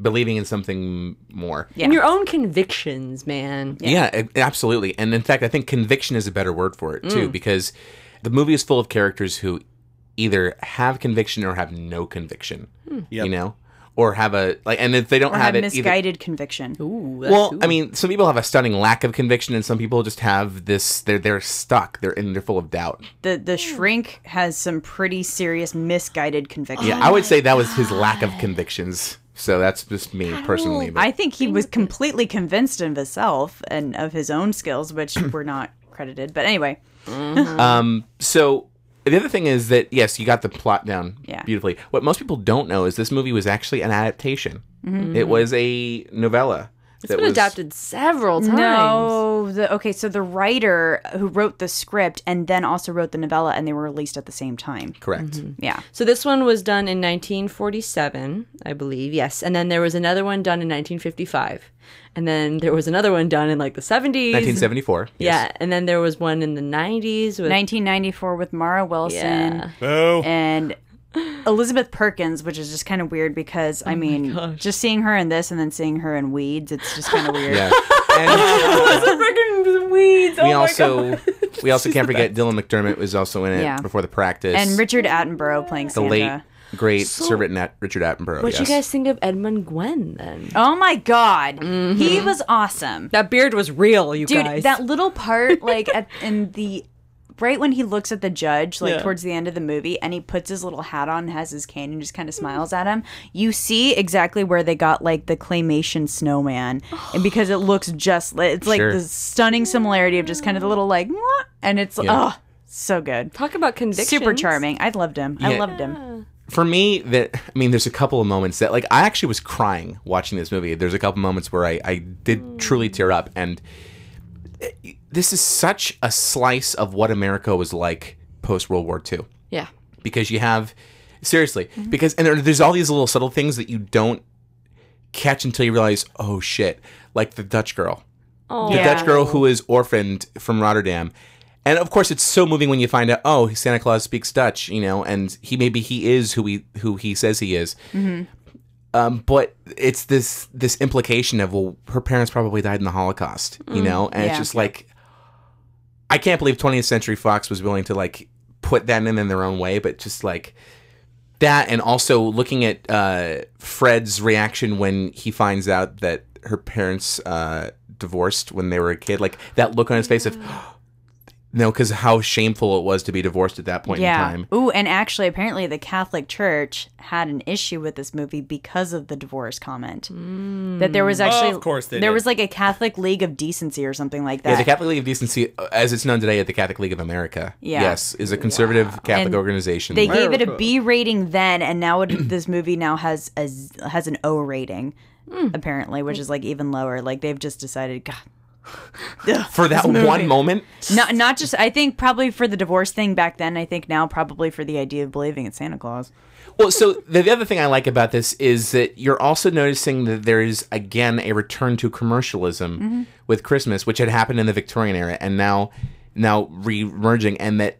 Speaker 3: believing in something more.
Speaker 4: In your own convictions, man.
Speaker 3: Yeah, a- absolutely. And in fact, I think conviction is a better word for it too, because the movie is full of characters who either have conviction or have no conviction. You know, or have a like, and if they don't
Speaker 2: Or
Speaker 3: have,
Speaker 2: have
Speaker 3: it, either,
Speaker 2: misguided conviction.
Speaker 4: Ooh, that's-
Speaker 3: well, I mean, some people have a stunning lack of conviction, and some people just have this. They're they're stuck. They're and they're full of doubt.
Speaker 2: The the shrink has some pretty serious misguided conviction.
Speaker 3: Yeah, I would say that was his lack of convictions. So that's just me personally. But
Speaker 2: I think he was completely convinced of himself and of his own skills, which were not credited. But anyway,
Speaker 3: so the other thing is that yes, you got the plot down
Speaker 2: Yeah.
Speaker 3: beautifully. What most people don't know is this movie was actually an adaptation. It was a novella.
Speaker 4: it's been adapted several times.
Speaker 2: no, the, okay. So the writer who wrote the script and then also wrote the novella, and they were released at the same time.
Speaker 3: Correct.
Speaker 2: Yeah,
Speaker 4: So this one was done in 1947, I believe. Yes, and then there was another one done in 1955, and then there was another one done in like the 70s.
Speaker 3: 1974. yes.
Speaker 4: Yeah, and then there was one in the 90s with
Speaker 2: 1994 with Mara Wilson
Speaker 4: Yeah.
Speaker 5: Boo.
Speaker 2: and. Elizabeth Perkins, which is just kind of weird because
Speaker 3: Oh
Speaker 2: I mean, just seeing her in this and then seeing her in Weeds, it's just kind of weird.
Speaker 3: Yeah. And
Speaker 4: freaking weeds. Oh,
Speaker 3: we also we also can't forget Dylan McDermott was also in it
Speaker 2: Yeah.
Speaker 3: before the practice.
Speaker 2: And Richard Attenborough playing
Speaker 3: the
Speaker 2: Santa.
Speaker 3: late Great servant Nat- Richard Attenborough.
Speaker 4: What
Speaker 3: yes.
Speaker 4: you guys think of Edmund Gwen then?
Speaker 2: Oh my god,
Speaker 3: Mm-hmm.
Speaker 2: he was awesome,
Speaker 4: That beard was real, you
Speaker 2: dude.
Speaker 4: guys.
Speaker 2: That little part, like at in the right when he looks at the judge, like
Speaker 4: Yeah.
Speaker 2: towards the end of the movie, and he puts his little hat on, has his cane, and just kind of smiles at him. You see exactly where they got like the claymation snowman, and because it looks just li- it's like
Speaker 3: Sure.
Speaker 2: the stunning similarity of just kind of the little like, "Mwah," and it's
Speaker 3: Yeah.
Speaker 2: oh so good,
Speaker 4: Talk about conviction.
Speaker 2: super charming. I loved him. I
Speaker 3: Yeah.
Speaker 2: loved him.
Speaker 3: for me that i mean there's a couple of moments that like i actually was crying watching this movie there's a couple moments where i, I did truly tear up and eh, this is such a slice of what america was like post world war ii
Speaker 4: Yeah.
Speaker 3: because you have seriously because and there, there's all these little subtle things that you don't catch until you realize oh shit like the dutch girl
Speaker 4: Oh,
Speaker 3: the Dutch girl who is orphaned from Rotterdam. And of course, it's so moving when you find out. Oh, Santa Claus speaks Dutch, you know, and he maybe he is who he who he says he is. Um, but it's this this implication of well, her parents probably died in the Holocaust, you know, and
Speaker 2: yeah.
Speaker 3: it's just like I can't believe 20th Century Fox was willing to like put that in in their own way, but just like that, and also looking at uh, Fred's reaction when he finds out that her parents uh, divorced when they were a kid, like that look on his face of
Speaker 2: Mm.
Speaker 3: no, because how shameful it was to be divorced at that point
Speaker 2: Yeah.
Speaker 3: in time.
Speaker 2: Ooh, and actually, apparently, the Catholic Church had an issue with this movie because of the divorce comment. That there
Speaker 3: Mm.
Speaker 2: was actually,
Speaker 5: of course they
Speaker 2: there
Speaker 5: did.
Speaker 2: was like a Catholic League of Decency or something like that.
Speaker 3: Yeah, the Catholic League of Decency, uh, as it's known today at the Catholic League of America,
Speaker 2: Yeah.
Speaker 3: yes, is a conservative Catholic
Speaker 2: And
Speaker 3: organization.
Speaker 2: they gave it a B rating then, and now it, this movie now has a z has an O rating,
Speaker 3: Mm.
Speaker 2: apparently, which is like even lower. Like they've just decided, God,
Speaker 3: for that one moment,
Speaker 2: not not just. I think probably for the divorce thing back then. I think now probably for the idea of believing in Santa Claus.
Speaker 3: Well, so the, the other thing I like about this is that you're also noticing that there is again a return to commercialism
Speaker 4: Mm-hmm.
Speaker 3: with Christmas, which had happened in the Victorian era and now now re-merging, and that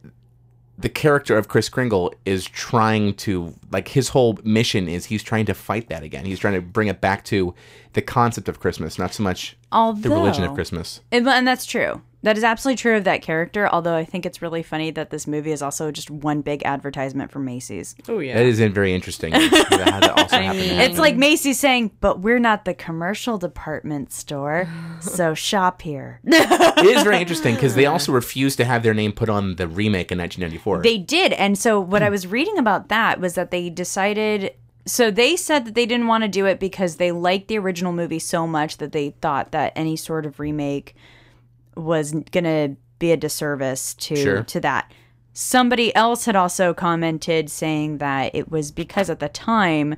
Speaker 3: the character of Chris Kringle is trying to like his whole mission is he's trying to fight that again. He's trying to bring it back to the concept of Christmas, not so much the religion of
Speaker 2: Although-
Speaker 3: Christmas.
Speaker 2: And, and that's true. That is absolutely true of that character. Although I think it's really funny that this movie is also just one big advertisement for Macy's.
Speaker 4: Oh, yeah.
Speaker 3: That is in very interesting. how that also happened.
Speaker 4: mean-
Speaker 2: It's like Macy's saying, "But we're not the commercial department store, so shop here."
Speaker 3: it is very interesting because they also refused to have their name put on the remake in 1994.
Speaker 2: They did. And so what I was reading about that was that they decided so they said that they didn't want to do it because they liked the original movie so much that they thought that any sort of remake was going to be a disservice to
Speaker 3: Sure.
Speaker 2: to that. Somebody else had also commented saying that it was because at the time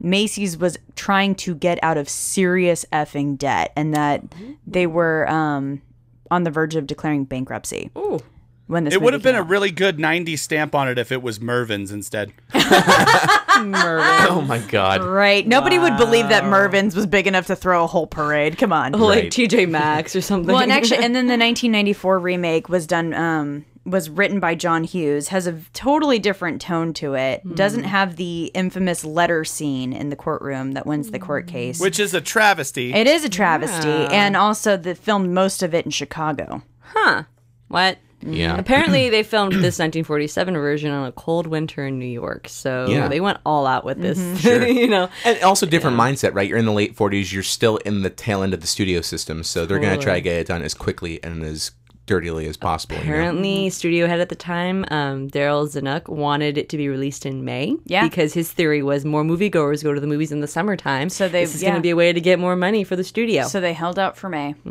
Speaker 2: Macy's was trying to get out of serious effing debt and that they were um, on the verge of declaring bankruptcy.
Speaker 4: Ooh.
Speaker 2: When this
Speaker 5: It
Speaker 2: movie
Speaker 5: would have been
Speaker 2: came
Speaker 5: a
Speaker 2: out.
Speaker 5: really good 90s stamp on it if it was Mervin's instead.
Speaker 4: Mervin.
Speaker 3: oh my god.
Speaker 2: Right. Nobody would believe that Mervin's was big enough to throw a whole parade. Come on.
Speaker 4: Like
Speaker 3: Right.
Speaker 4: TJ Maxx or something.
Speaker 2: Well, and actually, and then the 1994 remake was done, um, was written by John Hughes, has a totally different tone to it, doesn't have the infamous letter scene in the courtroom that wins the court case.
Speaker 5: which is a travesty.
Speaker 2: it is a travesty, and also they filmed most of it in Chicago.
Speaker 4: what?
Speaker 3: Yeah.
Speaker 4: Apparently, they filmed this 1947 version on a cold winter in New York, so
Speaker 3: Yeah.
Speaker 4: they went all out with this. you know,
Speaker 3: And also different mindset, right? You're in the late 40s, you're still in the tail end of the studio system, so they're going to try to get it done as quickly and as dirtily as possible. you know?
Speaker 4: Apparently, studio head at the time, um, Daryl Zanuck, wanted it to be released in May.
Speaker 2: Yeah.
Speaker 4: Because his theory was more moviegoers go to the movies in the summertime.
Speaker 2: So they-
Speaker 4: this is
Speaker 2: yeah.
Speaker 4: going to be a way to get more money for the studio.
Speaker 2: So they held out for May.
Speaker 3: Yeah.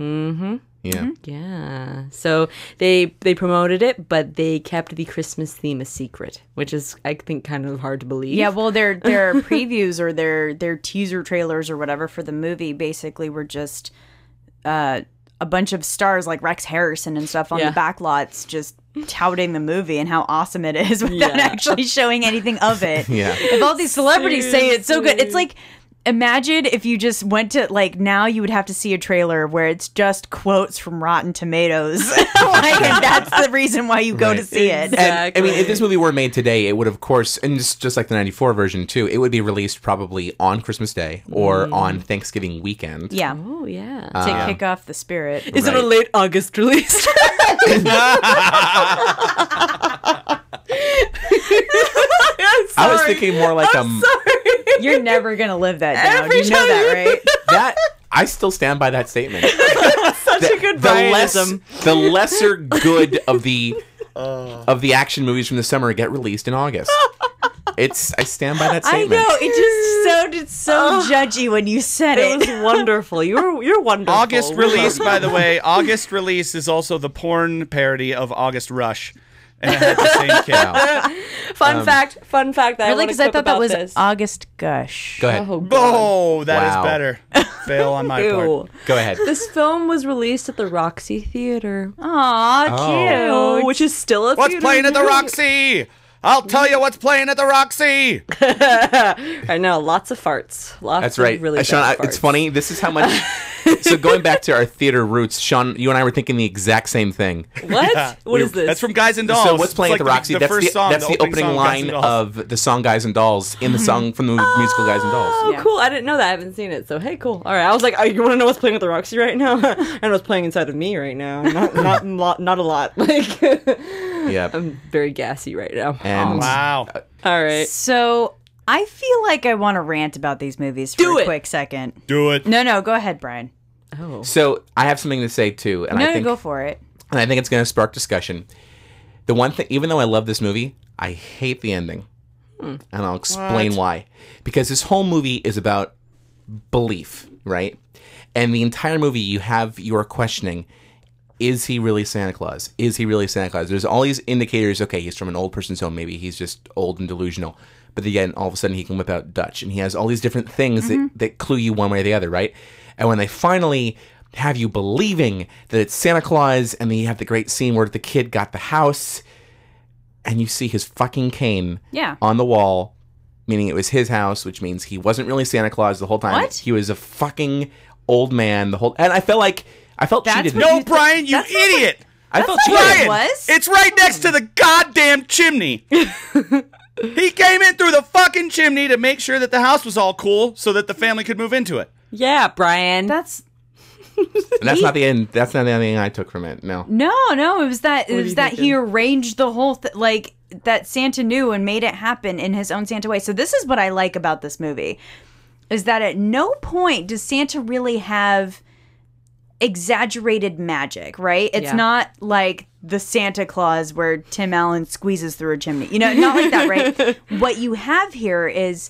Speaker 4: Mm-hmm. yeah. So they they promoted it, but they kept the Christmas theme a secret, which is I think kind of hard to believe.
Speaker 2: Yeah, well, their their previews or their their teaser trailers or whatever for the movie basically were just uh, a bunch of stars like Rex Harrison and stuff on
Speaker 4: Yeah.
Speaker 2: the back lots just touting the movie and how awesome it is without
Speaker 4: Yeah.
Speaker 2: actually showing anything of it.
Speaker 3: Yeah.
Speaker 2: If all these celebrities say it's so good, it's like imagine if you just went to like now you would have to see a trailer where it's just quotes from Rotten Tomatoes. like and that's the reason why you go to
Speaker 3: Right.
Speaker 2: see it.
Speaker 3: And, I mean, if
Speaker 4: Exactly.
Speaker 3: this movie were made today, it would, of course, and just, just like the 94 version too, it would be released probably on Christmas Day or on Thanksgiving weekend.
Speaker 2: Yeah.
Speaker 4: Oh yeah.
Speaker 2: To kick off the spirit.
Speaker 4: is it a
Speaker 3: Uh, Right.
Speaker 4: late August release?
Speaker 3: I was
Speaker 4: sorry.
Speaker 3: thinking more like um
Speaker 2: You're never gonna live that down.
Speaker 4: Every
Speaker 2: you know
Speaker 4: time
Speaker 2: that,
Speaker 4: you-
Speaker 2: right?
Speaker 3: that. I still stand by that statement.
Speaker 4: Such a good
Speaker 3: the less,
Speaker 4: Brianism.
Speaker 3: the lesser good of the of the action movies from the summer get released in August. It's I stand by that
Speaker 2: I
Speaker 3: statement.
Speaker 2: know. It just sounded so judgy when you said
Speaker 4: It
Speaker 2: it.
Speaker 4: was wonderful. You're you're wonderful.
Speaker 5: August
Speaker 4: We
Speaker 5: release,
Speaker 4: love
Speaker 5: by the way, August release is also the porn parody of August Rush, and it had the same kid.
Speaker 4: you. Fun fact. Fun fact. That
Speaker 2: Really,
Speaker 4: because
Speaker 2: because I thought that was
Speaker 4: this.
Speaker 2: August Gush.
Speaker 3: Go ahead.
Speaker 4: Oh, God.
Speaker 5: Oh, that is
Speaker 3: Wow.
Speaker 5: better. Fail on my part.
Speaker 4: Ew.
Speaker 3: Go ahead.
Speaker 4: This film was released at the Roxy Theater,
Speaker 2: Aw,
Speaker 3: Oh.
Speaker 2: cute.
Speaker 4: which is still a
Speaker 5: What's
Speaker 4: theater
Speaker 5: playing at the
Speaker 4: now.
Speaker 5: Roxy? I'll tell you what's playing at the Roxy.
Speaker 4: I know, lots of farts. Lots.
Speaker 3: That's right.
Speaker 4: Of really
Speaker 3: Uh, Sean,
Speaker 4: bad
Speaker 3: I, it's
Speaker 4: farts.
Speaker 3: funny. This is how much. so going back to our theater roots, Sean, you and I were thinking the exact same thing.
Speaker 4: What? What is this?
Speaker 5: That's from Guys and Dolls.
Speaker 3: So what's playing
Speaker 5: It's
Speaker 3: at the
Speaker 5: like
Speaker 3: Roxy? that's the, that's the opening,
Speaker 5: song, Guys
Speaker 3: line
Speaker 5: and Dolls.
Speaker 3: of the song "Guys and Dolls" in the song from the mu- musical "Guys and
Speaker 4: Oh,
Speaker 3: Dolls."
Speaker 2: Yeah.
Speaker 4: cool. I didn't know that. I haven't seen it. So, hey, cool. All right. I was like, oh, you want to know what's playing at the Roxy right now? and what's playing inside of me right now? Not, not, lot, not a lot. Like,
Speaker 3: Yeah,
Speaker 4: I'm very gassy right now.
Speaker 3: and
Speaker 5: Wow.
Speaker 3: Uh,
Speaker 4: All right.
Speaker 2: So I feel like I want to rant about these movies for
Speaker 4: Do
Speaker 2: a
Speaker 4: it.
Speaker 2: quick second.
Speaker 5: Do it.
Speaker 2: No, no, go ahead, Brian.
Speaker 4: Oh.
Speaker 3: so I have something to say too, and
Speaker 2: No,
Speaker 3: I
Speaker 2: no,
Speaker 3: think
Speaker 2: go for it.
Speaker 3: and I think it's going to spark discussion. The one thing, even though I love this movie, I hate the ending, and I'll explain why. Because this whole movie is about belief, right? And the entire movie, you have your questioning: Is he really Santa Claus? Is he really Santa Claus? There's all these indicators. Okay, he's from an old person's home. Maybe he's just old and delusional. But then all of a sudden, he can whip out Dutch, and he has all these different things that, that clue you one way or the other, right? And when they finally have you believing that it's Santa Claus, and then you have the great scene where the kid got the house, and you see his fucking cane
Speaker 2: Yeah.
Speaker 3: on the wall, meaning it was his house, which means he wasn't really Santa Claus the whole time.
Speaker 2: What?
Speaker 3: He was a fucking old man the whole. And I felt like I felt
Speaker 2: That's
Speaker 3: cheated.
Speaker 2: what
Speaker 5: No,
Speaker 2: you-
Speaker 5: Brian, you
Speaker 2: that's not what-
Speaker 5: idiot.
Speaker 3: I felt
Speaker 2: not what
Speaker 3: cheated.
Speaker 2: it was.
Speaker 5: It's right next to the goddamn chimney. he came in through the fucking chimney to make sure that the house was all cool so that the family could move into it.
Speaker 4: Yeah, Brian.
Speaker 2: That's
Speaker 3: And that's not the end. That's not the only thing I took from it. No.
Speaker 2: no, no. It was that it
Speaker 4: do
Speaker 2: was
Speaker 4: you
Speaker 2: that
Speaker 4: think
Speaker 2: he arranged the whole th- like that Santa knew and made it happen in his own Santa way. So this is what I like about this movie is that at no point does Santa really have exaggerated magic, right? It's
Speaker 4: Yeah.
Speaker 2: not like the Santa Claus where Tim Allen squeezes through a chimney. You know, not like that, right? what you have here is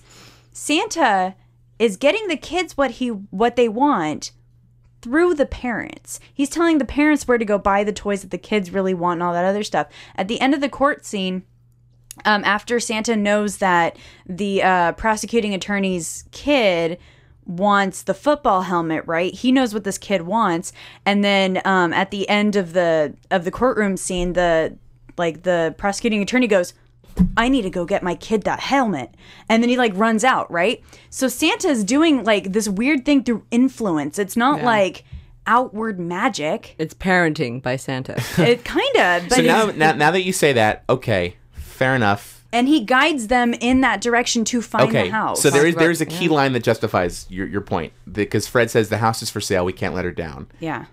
Speaker 2: Santa is getting the kids what he what they want through the parents. He's telling the parents where to go buy the toys that the kids really want and all that other stuff. At the end of the court scene, um, after Santa knows that the uh, prosecuting attorney's kid wants the football helmet, right? He knows what this kid wants, and then um, at the end of the of the courtroom scene, the like the prosecuting attorney goes. I need to go get my kid that helmet. And then he like runs out, right? So Santa's doing like this weird thing through influence. It's not like outward magic.
Speaker 4: it's parenting by Santa.
Speaker 2: It kind of, but
Speaker 3: So now,
Speaker 2: it's-
Speaker 3: now, now that you say that, okay, fair enough.
Speaker 2: and he guides them in that direction to find
Speaker 3: Okay,
Speaker 2: the house.
Speaker 3: so there is there is a key line that justifies your your point because Fred says the house is for sale. We can't let her down.
Speaker 2: yeah.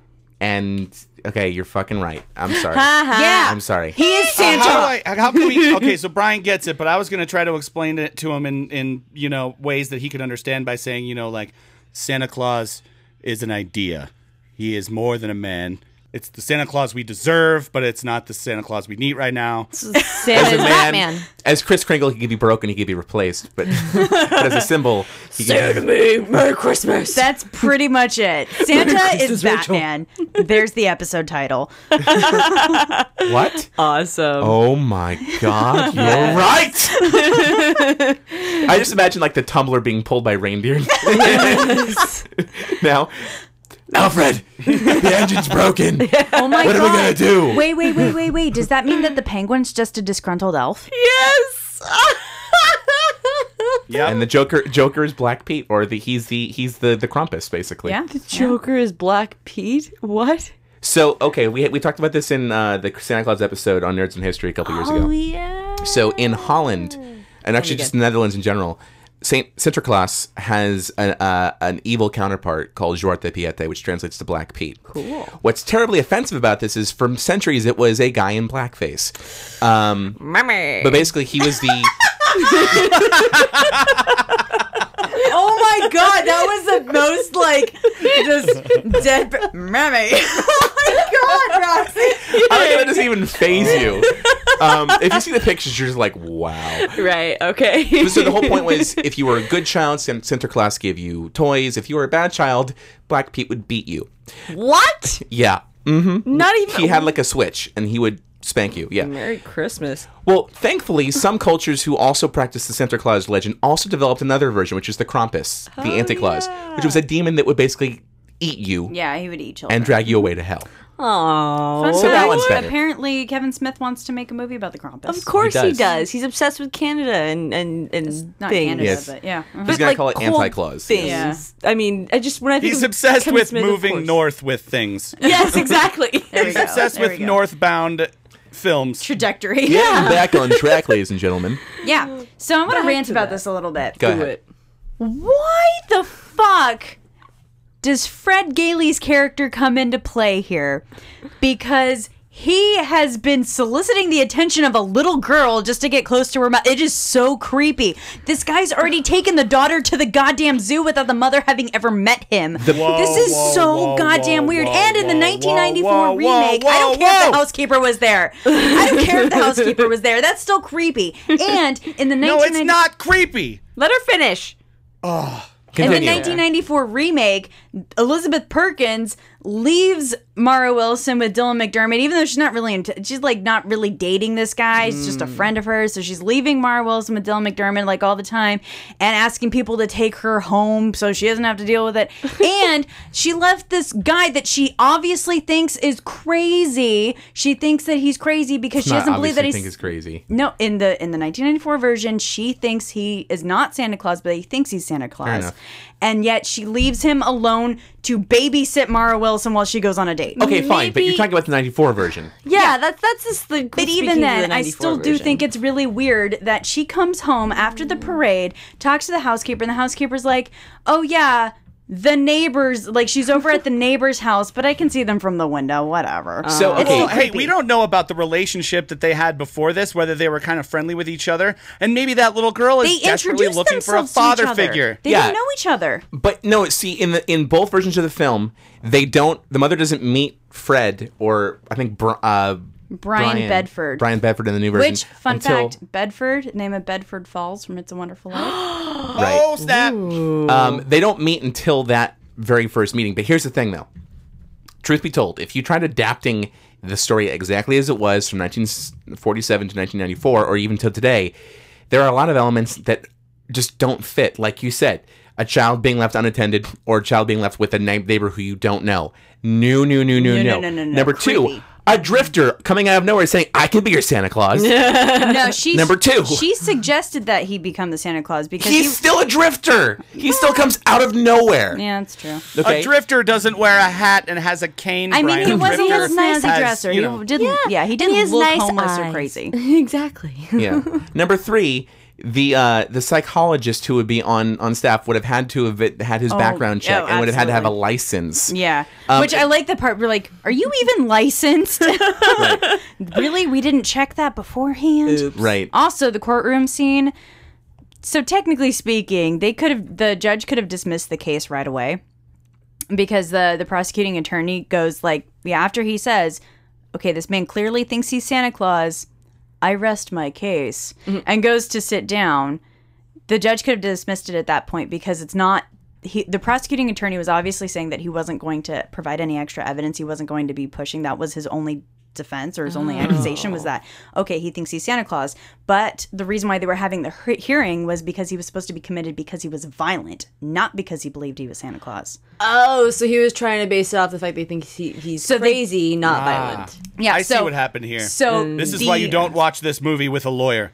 Speaker 3: And okay, you're fucking right. I'm sorry.
Speaker 2: Yeah.
Speaker 3: I'm sorry.
Speaker 2: He is
Speaker 5: Uh, How, do
Speaker 2: Santa.
Speaker 5: I, how can we? Okay, so Brian gets it, but I was going to try to explain it to him in, in you know ways that he could understand by saying you know like Santa Claus is an idea. He is more than a man. It's the Santa Claus we deserve, but it's not the Santa Claus we need right now.
Speaker 3: as a
Speaker 4: Santa's
Speaker 3: man,
Speaker 4: Batman.
Speaker 3: as Chris Kringle, he could be broken, he could be replaced, but, but as a symbol, he could,
Speaker 4: me. Merry Christmas.
Speaker 2: That's pretty much it. Santa is Batman. There's the episode title.
Speaker 3: what?
Speaker 4: awesome.
Speaker 3: Oh my God, you're right. I just imagine like the tumbler being pulled by reindeer. now, Alfred, the engine's broken.
Speaker 2: Oh my
Speaker 3: What
Speaker 2: god.
Speaker 3: am I gonna do?
Speaker 2: Wait, wait, wait, wait, wait. Does that mean that the penguin's just a disgruntled elf?
Speaker 4: Yes.
Speaker 5: Yeah,
Speaker 3: And the Joker, Joker is Black Pete, or the he's the he's the the Krampus basically.
Speaker 2: Yeah.
Speaker 4: Joker is Black Pete. What?
Speaker 3: So okay, we we talked about this in uh, the Santa Claus episode on Nerds and History a couple years
Speaker 2: Oh,
Speaker 3: ago.
Speaker 4: Yeah.
Speaker 3: So in Holland, and actually just the Netherlands in general, Saint Sinterklaas has an, uh, an evil counterpart called Zwarte Piete, which translates to Black Pete. Cool. What's terribly offensive about this is, for centuries, it was a guy in blackface. Um,
Speaker 4: Mummy.
Speaker 3: but basically, he was the
Speaker 6: Oh my god, that was the most like just dead mammy. oh my god, Roxy.
Speaker 3: I like how that doesn't even phase you. Um, if you see the pictures, you're just like, wow.
Speaker 4: right. Okay.
Speaker 3: So the whole point was, if you were a good child, Cen- Center Class gave you toys. If you were a bad child, Black Pete would beat you.
Speaker 4: what?
Speaker 3: Yeah. Mm-hmm.
Speaker 4: Not even.
Speaker 3: He had like a switch, and he would spank you.
Speaker 2: Mm.
Speaker 3: Yeah.
Speaker 4: Merry Christmas.
Speaker 3: Well, thankfully, some cultures who also practiced the Santa Claus legend also developed another version, which is the Krampus, the Anticlaus, which was a demon that would basically eat you
Speaker 2: Oh, Yeah, he would eat children.
Speaker 3: and drag you away to hell.
Speaker 4: Oh.
Speaker 2: Fun
Speaker 3: So that
Speaker 2: fact,
Speaker 3: one's better.
Speaker 2: Apparently, Kevin Smith wants to make a movie about the Krampus.
Speaker 4: Of course he
Speaker 3: He
Speaker 4: does.
Speaker 3: does.
Speaker 4: He's obsessed with Canada and and and
Speaker 2: not
Speaker 4: things.
Speaker 2: Canada,
Speaker 3: Yes.
Speaker 2: but yeah. mhm.
Speaker 3: He's gonna call it Anti-Claus,
Speaker 4: Things.
Speaker 2: yes.
Speaker 4: I mean, I just when I think
Speaker 5: He's
Speaker 4: of
Speaker 5: obsessed
Speaker 4: Kevin
Speaker 5: with
Speaker 4: Smith, of
Speaker 5: moving
Speaker 4: course.
Speaker 5: north with things.
Speaker 4: Yes, exactly.
Speaker 2: There we
Speaker 5: He's
Speaker 2: go,
Speaker 5: obsessed
Speaker 2: Oh, there we
Speaker 5: with
Speaker 2: go.
Speaker 5: northbound films.
Speaker 2: trajectory.
Speaker 3: Getting back on track, ladies and gentlemen.
Speaker 2: yeah. So I'm gonna
Speaker 4: Back
Speaker 2: rant
Speaker 4: to
Speaker 2: about
Speaker 4: that.
Speaker 2: this a little bit.
Speaker 3: Go
Speaker 4: Do
Speaker 3: ahead.
Speaker 4: it.
Speaker 2: Why the fuck does Fred Galey's character come into play here? Because he has been soliciting the attention of a little girl just to get close to her mouth. It is so creepy. This guy's already taken the daughter to the goddamn zoo without the mother having ever met him.
Speaker 5: Whoa,
Speaker 2: this is
Speaker 5: whoa,
Speaker 2: so
Speaker 5: whoa,
Speaker 2: goddamn
Speaker 5: whoa,
Speaker 2: weird.
Speaker 5: whoa,
Speaker 2: and in the
Speaker 5: whoa,
Speaker 2: 1994
Speaker 5: whoa, whoa,
Speaker 2: remake, I don't
Speaker 5: whoa,
Speaker 2: care if the
Speaker 5: whoa.
Speaker 2: housekeeper was there. I don't care if the housekeeper was there. That's still creepy. And in the 1990-
Speaker 5: No, it's not creepy.
Speaker 4: Let her finish.
Speaker 2: in the
Speaker 3: Continue.
Speaker 2: 1994 remake, Elizabeth Perkins leaves Mara Wilson with Dylan McDermott, even though she's not really, into, she's like not really dating this guy. He's just a
Speaker 3: Mm.
Speaker 2: friend of hers. So she's leaving Mara Wilson with Dylan McDermott like all the time and asking people to take her home so she doesn't have to deal with it. and she left this guy that she obviously thinks is crazy. She thinks that he's crazy because she
Speaker 3: Not
Speaker 2: doesn't believe that
Speaker 3: obviously
Speaker 2: he's
Speaker 3: think it's crazy.
Speaker 2: no, in the in the 1994 version, she thinks he is not Santa Claus, but he thinks he's Santa Claus.
Speaker 3: enough.
Speaker 2: And yet she leaves him alone to babysit Mara Wilson while she goes on a date.
Speaker 3: Okay, fine, but you're
Speaker 4: Maybe-
Speaker 3: talking about the '94 version.
Speaker 4: Yeah, that's that's just the.
Speaker 2: But even then, I still do think it's really weird that she comes home after the parade, talks to the housekeeper, and the housekeeper's like, "Oh yeah, the neighbors, like she's over at the neighbor's house, but I can see them from the window, whatever."
Speaker 3: So okay,
Speaker 5: Well, hey, we don't know about the relationship that they had before this, whether they were kind of friendly with each other, and maybe that little girl
Speaker 2: they
Speaker 5: is desperately
Speaker 2: introduce
Speaker 5: looking
Speaker 2: themselves
Speaker 5: for a
Speaker 2: to
Speaker 5: father
Speaker 2: each other.
Speaker 5: figure.
Speaker 2: They
Speaker 3: Yeah.
Speaker 2: don't know each other.
Speaker 3: But no, see in the in both versions of the film, they don't. The mother doesn't meet Fred or I think Br- uh,
Speaker 2: Brian, Bedford.
Speaker 3: Brian Bedford in the new version.
Speaker 2: Which, fun
Speaker 3: until-
Speaker 2: fact, Bedford, name of Bedford Falls from It's a Wonderful Life.
Speaker 3: right?
Speaker 5: Oh snap!
Speaker 2: Oh.
Speaker 3: Um, they don't meet until that very first meeting. But here's the thing, though. Truth be told, if you tried adapting the story exactly as it was from 1947 to 1994, or even till today, there are a lot of elements that just don't fit. Like you said, a child being left unattended, or a child being left with a na- neighbor who you don't know. No, no, no, no,
Speaker 2: no,
Speaker 3: no,
Speaker 2: no, no, no.
Speaker 3: Number two,
Speaker 2: Creepy.
Speaker 3: a drifter coming out of nowhere saying, "I can be your Santa Claus."
Speaker 2: no, she
Speaker 3: Number two.
Speaker 2: She suggested that he become the Santa Claus because
Speaker 3: He's
Speaker 2: he-
Speaker 3: still a drifter. He still comes out of nowhere.
Speaker 2: yeah, that's true.
Speaker 3: Okay?
Speaker 5: A drifter doesn't wear a hat and has a cane.
Speaker 2: I mean,
Speaker 5: Brian.
Speaker 2: he was he
Speaker 5: Drifter
Speaker 2: was a nice
Speaker 5: has,
Speaker 2: dresser.
Speaker 5: you know,
Speaker 2: he didn't. Yeah, he didn't
Speaker 4: has
Speaker 2: look
Speaker 4: nice
Speaker 2: homeless
Speaker 4: eyes.
Speaker 2: or crazy.
Speaker 4: exactly.
Speaker 3: yeah. Number three, the uh, the psychologist who would be on on staff would have had to have had his background
Speaker 2: oh,
Speaker 3: check and would have had to have a
Speaker 2: absolutely.
Speaker 3: license.
Speaker 2: Yeah, which I like the part where like, are you even licensed? really, we didn't check that beforehand.
Speaker 3: Right.
Speaker 2: Also, the courtroom scene. So technically speaking, they could have the judge could have dismissed the case right away because the the prosecuting attorney goes like, yeah, after he says, "Okay, this man clearly thinks he's Santa Claus. I rest my case." and goes to sit down. The judge could have dismissed it at that point because it's not he, the prosecuting attorney was obviously saying that he wasn't going to provide any extra evidence. He wasn't going to be pushing. That was his only defense or his only accusation was that okay he thinks he's santa claus but the reason why they were having the he- hearing was because he was supposed to be committed because he was violent not because he believed he was santa claus
Speaker 4: Oh, so he was trying to base it off the fact they think he, he's
Speaker 2: So they-
Speaker 4: crazy,
Speaker 5: Ah.
Speaker 4: not violent.
Speaker 2: yeah
Speaker 5: I
Speaker 2: so
Speaker 5: see what happened here.
Speaker 2: so
Speaker 5: this is why you
Speaker 2: the-
Speaker 5: don't watch this movie with a lawyer.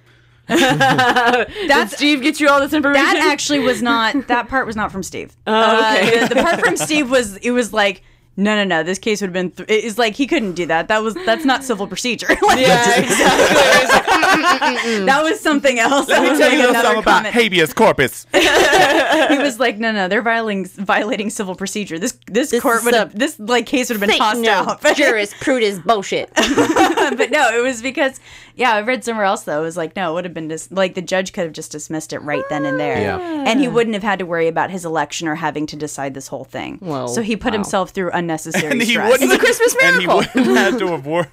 Speaker 4: That's Steve. Get you all this information.
Speaker 2: that actually was not that part was not from steve
Speaker 4: Oh, okay.
Speaker 2: Uh, the, the part from Steve was it was like no, no, no. This case would have been. Th- it- it's like he couldn't do that. That was that's not civil procedure. Like,
Speaker 4: Yeah, exactly. It was like,
Speaker 2: That was something else. Let
Speaker 5: Let me tell you a little something about habeas corpus.
Speaker 2: He was like, no, no, they're violating violating civil procedure. This this, court
Speaker 7: is
Speaker 2: would have
Speaker 7: sub-
Speaker 2: this like case would have been tossed out. But,
Speaker 7: Jurisprudence bullshit.
Speaker 2: but no, it was because yeah, I read somewhere else though. It was like no, it would have been dis- like the judge could have just dismissed it right then and there.
Speaker 3: Yeah.
Speaker 2: and he wouldn't have had to worry about his election or having to decide this whole thing.
Speaker 4: Whoa,
Speaker 2: so he put himself through unnecessary
Speaker 5: And he
Speaker 2: stress.
Speaker 5: wouldn't.
Speaker 4: a Christmas
Speaker 5: and he
Speaker 4: miracle.
Speaker 5: wouldn't have to have wor-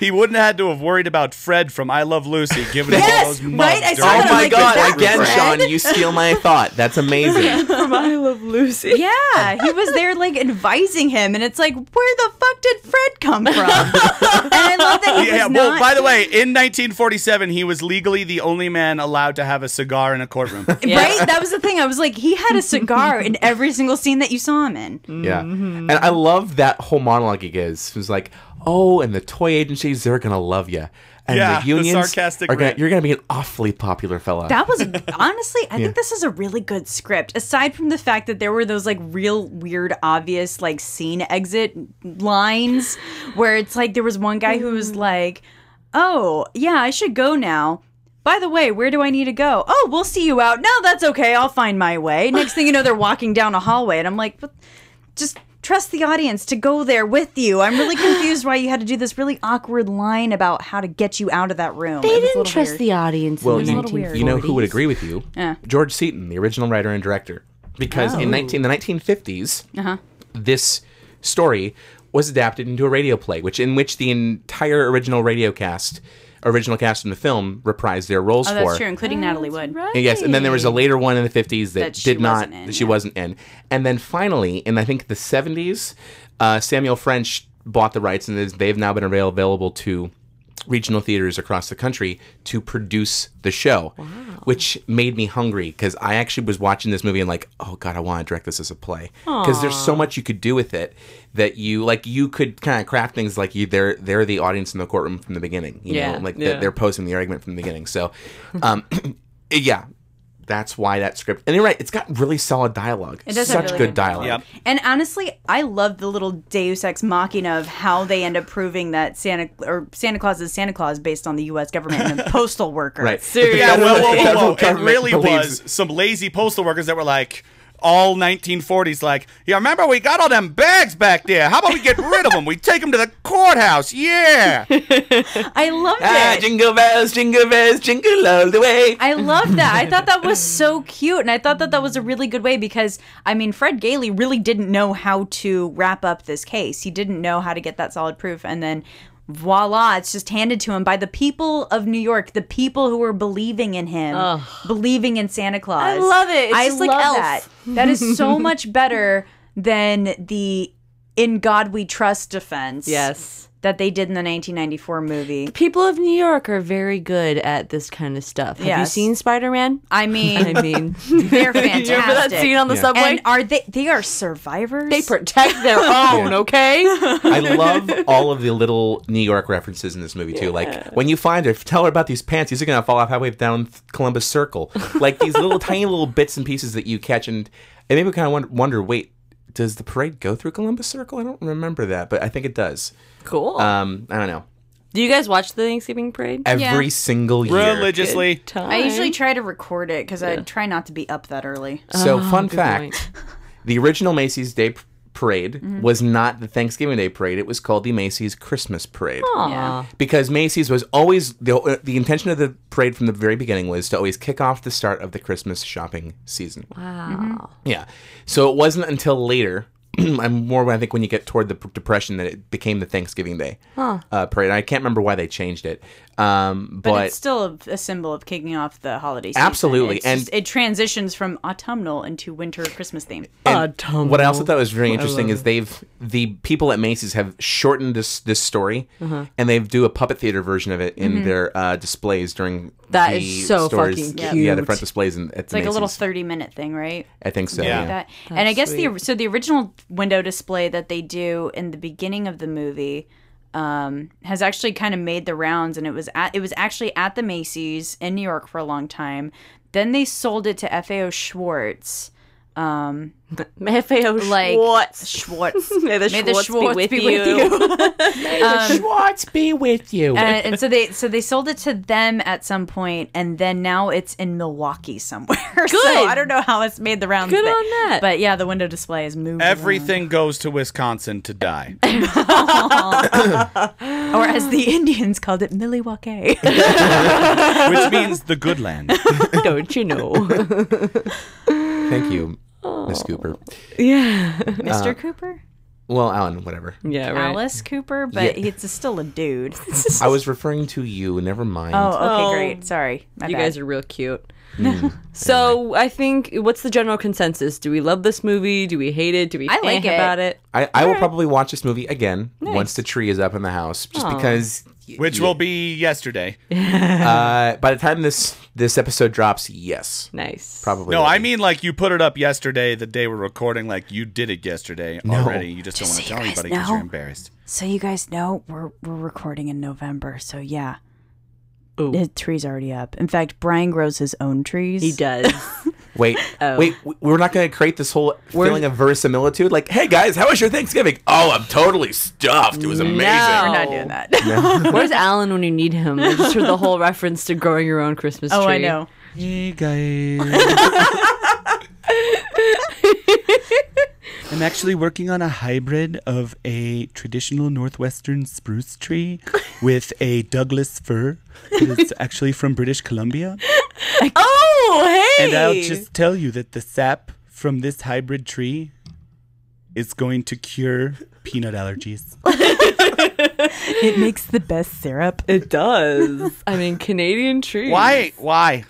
Speaker 5: He wouldn't have had to have worried about Fred from I Love Lucy giving him all those
Speaker 2: Yes,
Speaker 5: mugs.
Speaker 2: right? I saw
Speaker 5: during-
Speaker 2: that. I'm
Speaker 3: Oh my
Speaker 2: like,
Speaker 3: god!
Speaker 2: that
Speaker 3: Again,
Speaker 2: was
Speaker 3: Sean, you steal my thought. That's amazing.
Speaker 4: From I Love Lucy.
Speaker 2: Yeah, he was there like advising him, and it's like, where the fuck did Fred come from? and I love that he
Speaker 5: Yeah,
Speaker 2: was
Speaker 5: well,
Speaker 2: not.
Speaker 5: by the way, in 1947, he was legally the only man allowed to have a cigar in a courtroom.
Speaker 2: Right? That was the thing. I was like, he had a cigar in every single scene that you saw him in.
Speaker 3: Yeah.
Speaker 2: Mm-hmm.
Speaker 3: And I love that whole monologue he gives. He's like, oh, and the toy agencies, they're going to love you. And
Speaker 5: Yeah, the
Speaker 3: the unions,
Speaker 5: sarcastic
Speaker 3: are gonna,
Speaker 5: rant.
Speaker 3: you're going to be an awfully popular fella.
Speaker 2: That was honestly, I think this is a really good script. Aside from the fact that there were those like real weird, obvious like scene exit lines where it's like there was one guy who
Speaker 7: Mm.
Speaker 2: was like, "Oh yeah, I should go now." By the way, where do I need to go? Oh, we'll see you out. No, that's okay. I'll find my way. Next thing you know, they're walking down a hallway, and I'm like, but just trust the audience to go there with you. I'm really confused why you had to do this really awkward line about how to get you out of that room. It was
Speaker 7: They
Speaker 2: a
Speaker 7: didn't
Speaker 2: little
Speaker 7: trust
Speaker 2: weird.
Speaker 7: the audience
Speaker 3: well,
Speaker 7: in the
Speaker 3: you,
Speaker 7: 1940s.
Speaker 3: you know who would agree with you? George Seaton, the original writer and director. Because
Speaker 2: Oh.
Speaker 3: in 19, the 1950s,
Speaker 2: Uh-huh.
Speaker 3: this story was adapted into a radio play, which in which the entire original radio cast, original cast in the film, reprised their roles
Speaker 2: Oh,
Speaker 3: for.
Speaker 2: that's true, including Natalie Wood.
Speaker 3: And Yes, and then there was a later one in the 50s that,
Speaker 2: That she
Speaker 3: did not,
Speaker 2: wasn't in,
Speaker 3: that she
Speaker 2: yeah.
Speaker 3: wasn't in. And then finally, in I think the 70s, uh, Samuel French bought the rights, and is- they've now been avail- available to regional theaters across the country to produce the show, which made me hungry because I actually was watching this movie and like, oh god, I want to direct this as a play because there's so much you could do with it that you like you could kind of craft things like you they're they're the audience in the courtroom from the beginning, you
Speaker 4: Yeah,
Speaker 3: know, like
Speaker 4: yeah.
Speaker 3: that they're posing the argument from the beginning. So, um, yeah. That's why that script. And you're right; it's got really solid dialogue. It
Speaker 2: does have
Speaker 3: such
Speaker 2: really
Speaker 3: good,
Speaker 2: good
Speaker 3: dialogue.
Speaker 5: Yep.
Speaker 2: And honestly, I love the little Deus Ex Machina of how they end up proving that Santa or Santa Claus is Santa Claus based on the U.S. government and the postal worker.
Speaker 3: Right.
Speaker 4: Seriously.
Speaker 5: Yeah,
Speaker 3: The
Speaker 5: whoa,
Speaker 3: federal- the
Speaker 5: whoa, whoa,
Speaker 3: federal
Speaker 5: whoa. It
Speaker 3: government
Speaker 5: really
Speaker 3: believes-
Speaker 5: was some lazy postal workers that were like, all 1940s, like, yeah, remember we got all them bags back there. How about we get rid of them? We take them to the courthouse. Yeah.
Speaker 2: I loved
Speaker 3: Ah,
Speaker 2: it.
Speaker 3: jingle bells, jingle bells, jingle all the way.
Speaker 2: I love that. I thought that was so cute, and I thought that that was a really good way because I mean, Fred Gailey really didn't know how to wrap up this case. He didn't know how to get that solid proof, and then voila, it's just handed to him by the people of New York, the people who are believing in him, believing in Santa Claus. I
Speaker 4: love it. It's
Speaker 2: I
Speaker 4: just like
Speaker 2: love
Speaker 4: Elf.
Speaker 2: that. That is so much better than the "In God We Trust" defense.
Speaker 4: Yes.
Speaker 2: That they did in the 1994 movie.
Speaker 4: People of New York are very good at this kind of stuff. Have you
Speaker 2: Yes.
Speaker 4: seen Spider Man?
Speaker 2: I mean,
Speaker 4: I mean,
Speaker 2: they're
Speaker 4: you remember that
Speaker 2: fantastic.
Speaker 4: scene on the subway?
Speaker 2: And are they? They are survivors.
Speaker 4: they protect their own, okay?
Speaker 3: I love all of the little New York references in this movie too. Like when you find her, tell her about these pants. These are gonna fall off halfway down th- Columbus Circle. Like these little tiny little bits and pieces that you catch, and it made me kind of wonder, wonder. Wait, does the parade go through Columbus Circle? I don't remember that, but I think it does.
Speaker 4: Cool.
Speaker 3: Um, I don't know.
Speaker 4: Do you guys watch the Thanksgiving parade?
Speaker 3: Every
Speaker 2: Yeah.
Speaker 3: single year.
Speaker 5: Religiously.
Speaker 4: Time.
Speaker 2: I usually try to record it because I try not to be up that early.
Speaker 3: So, fun
Speaker 4: Oh, good
Speaker 3: fact
Speaker 4: point. Mm-hmm.
Speaker 3: the original Macy's Day p- Parade was not the Thanksgiving Day Parade. It was called the Macy's Christmas Parade.
Speaker 4: Yeah.
Speaker 3: Because Macy's was always the, uh, the intention of the parade from the very beginning was to always kick off the start of the Christmas shopping season. Mm-hmm.
Speaker 4: Wow.
Speaker 3: Yeah. So it wasn't until later. I'm more when I think when you get toward the p- depression that it became the Thanksgiving Day uh, parade. I can't remember why they changed it, um,
Speaker 2: But,
Speaker 3: but
Speaker 2: it's still a, a symbol of kicking off the holiday season.
Speaker 3: Absolutely,
Speaker 2: It's
Speaker 3: and-
Speaker 2: just- it transitions from autumnal into winter Christmas theme.
Speaker 3: And
Speaker 4: Autumnal.
Speaker 3: What I also thought was very interesting is they've the people at Macy's have shortened this this story, and they do a puppet theater version of it in their uh, displays during
Speaker 4: That
Speaker 3: the
Speaker 4: is so
Speaker 3: stores.
Speaker 4: fucking
Speaker 3: Yeah, the
Speaker 4: cute.
Speaker 3: front displays in, at
Speaker 2: It's like a little
Speaker 3: Macy's.
Speaker 2: thirty-minute thing, right?
Speaker 3: I think so.
Speaker 5: Yeah.
Speaker 3: Yeah.
Speaker 2: that. and I guess the so the original window display that they do in the beginning of the movie um, has actually kind of made the rounds, and it was at it was actually at the Macy's in New York for a long time. Then they sold it to FAO Schwartz. Um,
Speaker 4: Mayfeo
Speaker 2: like
Speaker 4: Schwartz.
Speaker 2: Schwartz.
Speaker 4: May the
Speaker 2: May the
Speaker 4: Schwartz,
Speaker 2: Schwartz
Speaker 4: be with
Speaker 2: be
Speaker 4: you.
Speaker 2: with
Speaker 3: Schwartz be with you.
Speaker 2: and, and so they so they sold it to them at some point, and then now it's in Milwaukee somewhere. Good. So I don't know how it's made the rounds.
Speaker 4: Good
Speaker 2: but,
Speaker 4: on that.
Speaker 2: But yeah, the window display is moving.
Speaker 5: Everything goes to Wisconsin to die.
Speaker 2: or as the Indians called it, Milwaukee.
Speaker 4: Uh,
Speaker 5: which means the good land.
Speaker 4: Don't you know?
Speaker 3: Thank you, Miss Cooper.
Speaker 4: yeah.
Speaker 2: Mr. Cooper,
Speaker 3: Well, Alan, whatever.
Speaker 4: Yeah, right.
Speaker 2: Alice Cooper, but
Speaker 3: Yeah.
Speaker 2: it's still a dude.
Speaker 3: I was referring to you. Never mind.
Speaker 2: Oh, okay,
Speaker 4: Oh.
Speaker 2: great. Sorry, my
Speaker 4: You
Speaker 2: bad.
Speaker 4: guys are real cute. so I think what's the general consensus? Do we love this movie? Do we hate it? Do we
Speaker 2: I like
Speaker 4: eh
Speaker 2: it.
Speaker 4: about it?
Speaker 3: I, I will probably watch this movie again once the tree is up in the house, just because.
Speaker 5: Which will be yesterday.
Speaker 3: Uh, by the time this this episode drops, yes,
Speaker 4: Nice.
Speaker 3: probably.
Speaker 5: No,
Speaker 3: will
Speaker 5: I
Speaker 3: be.
Speaker 5: mean like you put it up yesterday, the day we're recording. Like you did it yesterday already. You just,
Speaker 2: Just so you
Speaker 5: don't want to
Speaker 2: guys
Speaker 5: tell anybody because
Speaker 2: know.
Speaker 5: you're embarrassed.
Speaker 2: So you guys know we're we're recording in November, so yeah.
Speaker 4: Ooh.
Speaker 2: The tree's already up. In fact, Brian grows his own trees.
Speaker 4: He does.
Speaker 3: Wait,
Speaker 5: Oh.
Speaker 3: wait, w- we're not going to create this whole feeling of verisimilitude. Like, hey guys, how was your Thanksgiving? Oh, I'm totally stuffed. It was amazing.
Speaker 4: No.
Speaker 2: We're not doing that.
Speaker 4: Where's Alan when you need him? I just heard the whole reference to growing your own Christmas tree.
Speaker 2: oh, I know.
Speaker 5: Hey guys. I'm actually working on a hybrid of a traditional northwestern spruce tree with a Douglas fir. It's actually from British Columbia.
Speaker 4: Oh, hey.
Speaker 5: And I'll just tell you that the sap from this hybrid tree is going to cure peanut allergies.
Speaker 2: It makes the best syrup.
Speaker 4: It does. I mean, Canadian trees.
Speaker 5: Why? Why?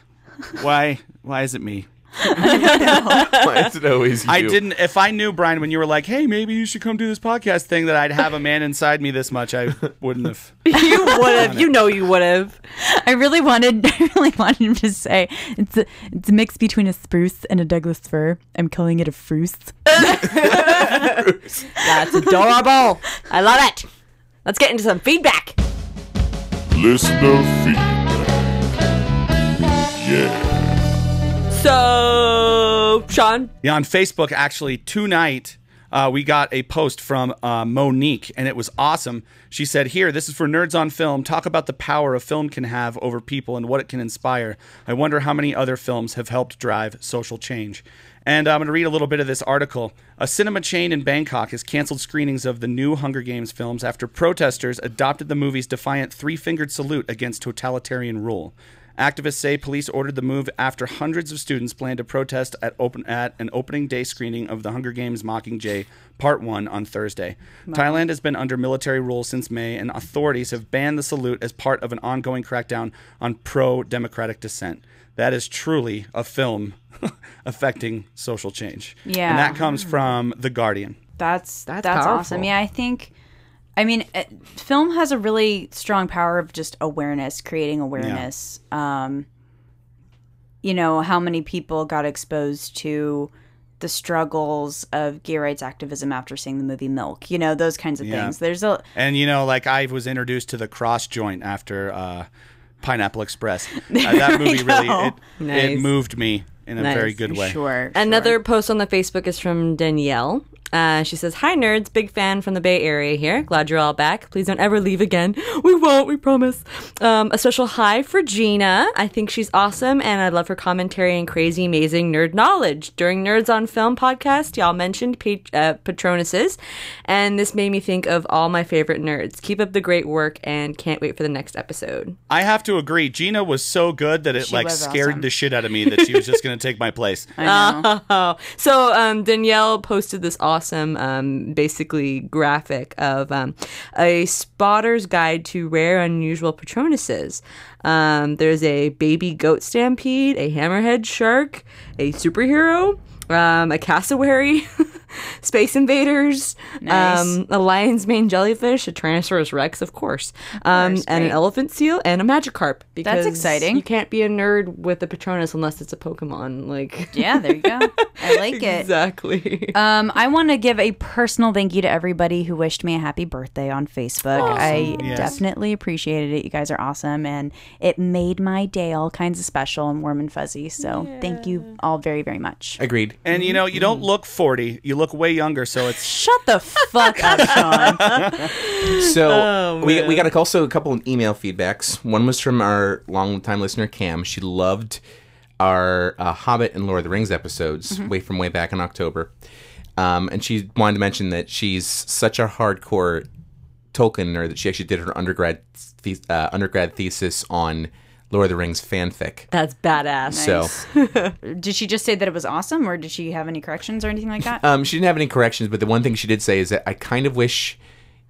Speaker 5: Why? Why is it me?
Speaker 3: Why is it always you?
Speaker 5: I didn't. If I knew Brian, when you were like, "Hey, maybe you should come do this podcast thing," that I'd have a man inside me this much, I wouldn't have.
Speaker 4: You would have. You know you would have.
Speaker 2: I really wanted, I really wanted him to say it's a, it's a mix between a spruce and a Douglas fir. I'm calling it a fruce.
Speaker 4: That's adorable. I love it. Let's get into some feedback.
Speaker 7: Listener feedback. Yeah.
Speaker 4: So, Sean,
Speaker 5: Yeah, on Facebook, actually, tonight, uh, we got a post from uh, Monique, and it was awesome. She said, Here, this is for Nerds on Film. Talk about the power a film can have over people and what it can inspire. I wonder how many other films have helped drive social change. And I'm going to read a little bit of this article. A cinema chain in Bangkok has canceled screenings of the new Hunger Games films after protesters adopted the movie's defiant three fingered salute against totalitarian rule. Activists say police ordered the move after hundreds of students planned to protest at open at an opening day screening of The Hunger Games Mockingjay Part 1 on Thursday. Thailand has been under military rule since May and authorities have banned the salute as part of an ongoing crackdown on pro-democratic dissent. That is truly a film affecting social change.
Speaker 2: Yeah.
Speaker 5: And that comes from The Guardian.
Speaker 2: That's that's,
Speaker 4: powerful.
Speaker 2: awesome. Yeah, I think. I mean, uh, film has a really strong power of just awareness, creating awareness. Um, you know how many people got exposed to the struggles of gay rights activism after seeing the movie Milk. You know those kinds of
Speaker 5: Yeah.
Speaker 2: things. There's a
Speaker 5: And you know, like I was introduced to the cross joint after uh, Pineapple Express. Uh, that movie really it, it
Speaker 4: Nice.
Speaker 5: moved me in a
Speaker 4: Nice.
Speaker 5: very good way.
Speaker 2: sure.
Speaker 4: Another post on the Facebook is from Danielle. Uh, she says, "Hi nerds, big fan from the Bay Area here. Glad you're all back. Please don't ever leave again. We won't. We promise." Um, a special hi for Gina. I think she's awesome, and I love her commentary and crazy, amazing nerd knowledge. During Nerds on Film podcast, y'all mentioned Pat- uh, Patronuses, and this made me think of all my favorite nerds. Keep up the great work, and can't wait for the next episode.
Speaker 5: I have to agree. Gina was so good that it like
Speaker 2: was
Speaker 5: scared
Speaker 2: awesome.
Speaker 5: the shit out of me that she was just going to take my place.
Speaker 4: Oh, so um, Danielle posted this awesome, um, basically graphic of um, a spotter's guide to rare, unusual patronuses. Um, there's a baby goat stampede, a hammerhead shark, a superhero, um, a cassowary, Space Invaders,
Speaker 2: Nice.
Speaker 4: um, a lion's mane jellyfish, a Tyrannosaurus Rex, of course, um, and an elephant seal, and a Magikarp. Because
Speaker 2: exciting.
Speaker 4: You can't be a nerd with a Patronus unless it's a Pokemon. Like
Speaker 2: Yeah, there you go. I like it.
Speaker 4: exactly.
Speaker 2: Um, I want to give a personal thank you to everybody who wished me a happy birthday on Facebook. I
Speaker 5: Yes.
Speaker 2: definitely appreciated it. You guys are awesome, and it made my day all kinds of special and warm and fuzzy. So thank you all very, very much.
Speaker 3: Agreed.
Speaker 5: And you know, you
Speaker 2: Mm-hmm.
Speaker 5: don't look 40. You look way younger, so it's
Speaker 2: Shut the fuck up, Sean.
Speaker 3: So we, we got a, also a couple of email feedbacks. One was from our longtime listener Cam. She loved our uh, Hobbit and Lord of the Rings episodes way from way back in October, um, and she wanted to mention that she's such a hardcore Tolkien nerd that she actually did her undergrad the- uh, undergrad thesis on Lord of the Rings fanfic.
Speaker 4: That's badass.
Speaker 3: So
Speaker 2: Did she just say that it was awesome, or did she have any corrections or anything like that?
Speaker 3: um, she didn't have any corrections, but the one thing she did say is that I kind of wish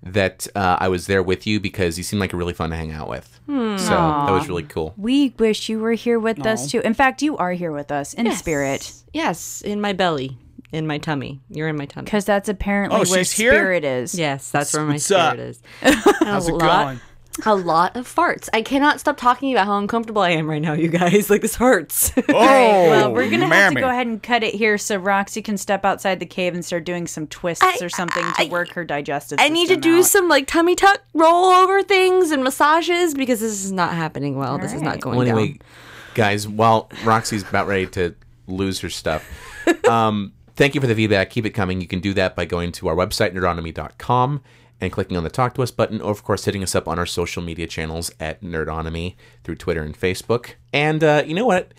Speaker 3: that uh, I was there with you because you seemed like really fun to hang out with. So that was really cool.
Speaker 2: we wish you were here with us too. In fact, you are here with us in spirit.
Speaker 4: Yes, in my belly, in my tummy. You're in my tummy.
Speaker 2: Because that's apparently
Speaker 5: Oh,
Speaker 2: where
Speaker 5: she's here?
Speaker 2: spirit is.
Speaker 4: Yes, that's where my
Speaker 5: What's up?
Speaker 4: spirit is. How's
Speaker 5: it going?
Speaker 4: A lot of farts. I cannot stop talking about how uncomfortable I am right now, you guys. Like this hurts.
Speaker 5: oh,
Speaker 2: Well, we're gonna have to
Speaker 5: mammy.
Speaker 2: go ahead and cut it here so Roxy can step outside the cave and start doing some twists or something to work her digestive.
Speaker 4: I need to
Speaker 2: system
Speaker 4: do
Speaker 2: out.
Speaker 4: some like tummy tuck rollover things and massages because this is not happening well. this is not
Speaker 2: right.
Speaker 4: going
Speaker 3: Well,
Speaker 4: down.
Speaker 3: anyway, guys, while Roxy's about ready to lose her stuff, um, thank you for the feedback. Keep it coming. You can do that by going to our website, nerdonomy.com, and clicking on the Talk to Us button, or, of course, hitting us up on our social media channels at Nerdonomy through Twitter and Facebook. And uh, you know what?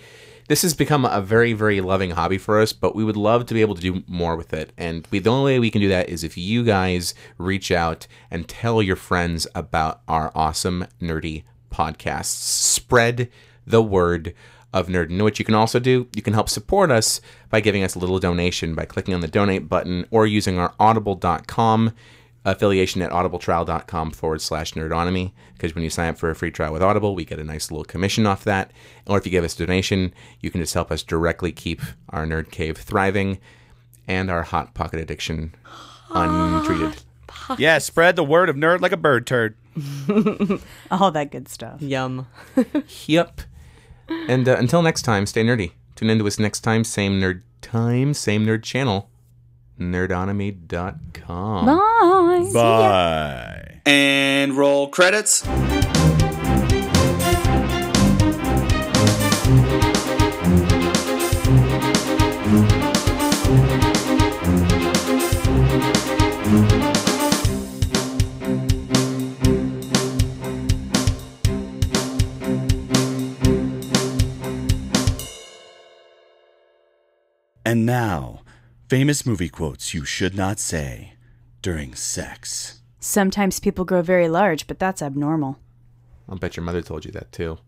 Speaker 3: This has become a very, very loving hobby for us, but we would love to be able to do more with it. And we, the only way we can do that is if you guys reach out and tell your friends about our awesome, nerdy podcasts. Spread the word of Nerd. And what you can also do, you can help support us by giving us a little donation by clicking on the donate button or using our audible.com affiliation at audibletrial.com forward slash nerdonomy. Because when you sign up for a free trial with Audible, we get a nice little commission off that. Or if you give us a donation, you can just help us directly keep our nerd cave thriving and our hot pocket addiction untreated.
Speaker 5: Yeah, spread the word of nerd like a bird turd.
Speaker 2: all that good stuff.
Speaker 4: Yum.
Speaker 3: Yep. And uh, until next time, stay nerdy. Tune into us next time, same nerd time, same nerd channel, nerdonomy.com.
Speaker 5: Bye.
Speaker 8: And roll credits.
Speaker 5: And now, famous movie quotes you should not say during sex.
Speaker 2: Sometimes people grow very large, but that's abnormal.
Speaker 3: I'll bet your mother told you that too.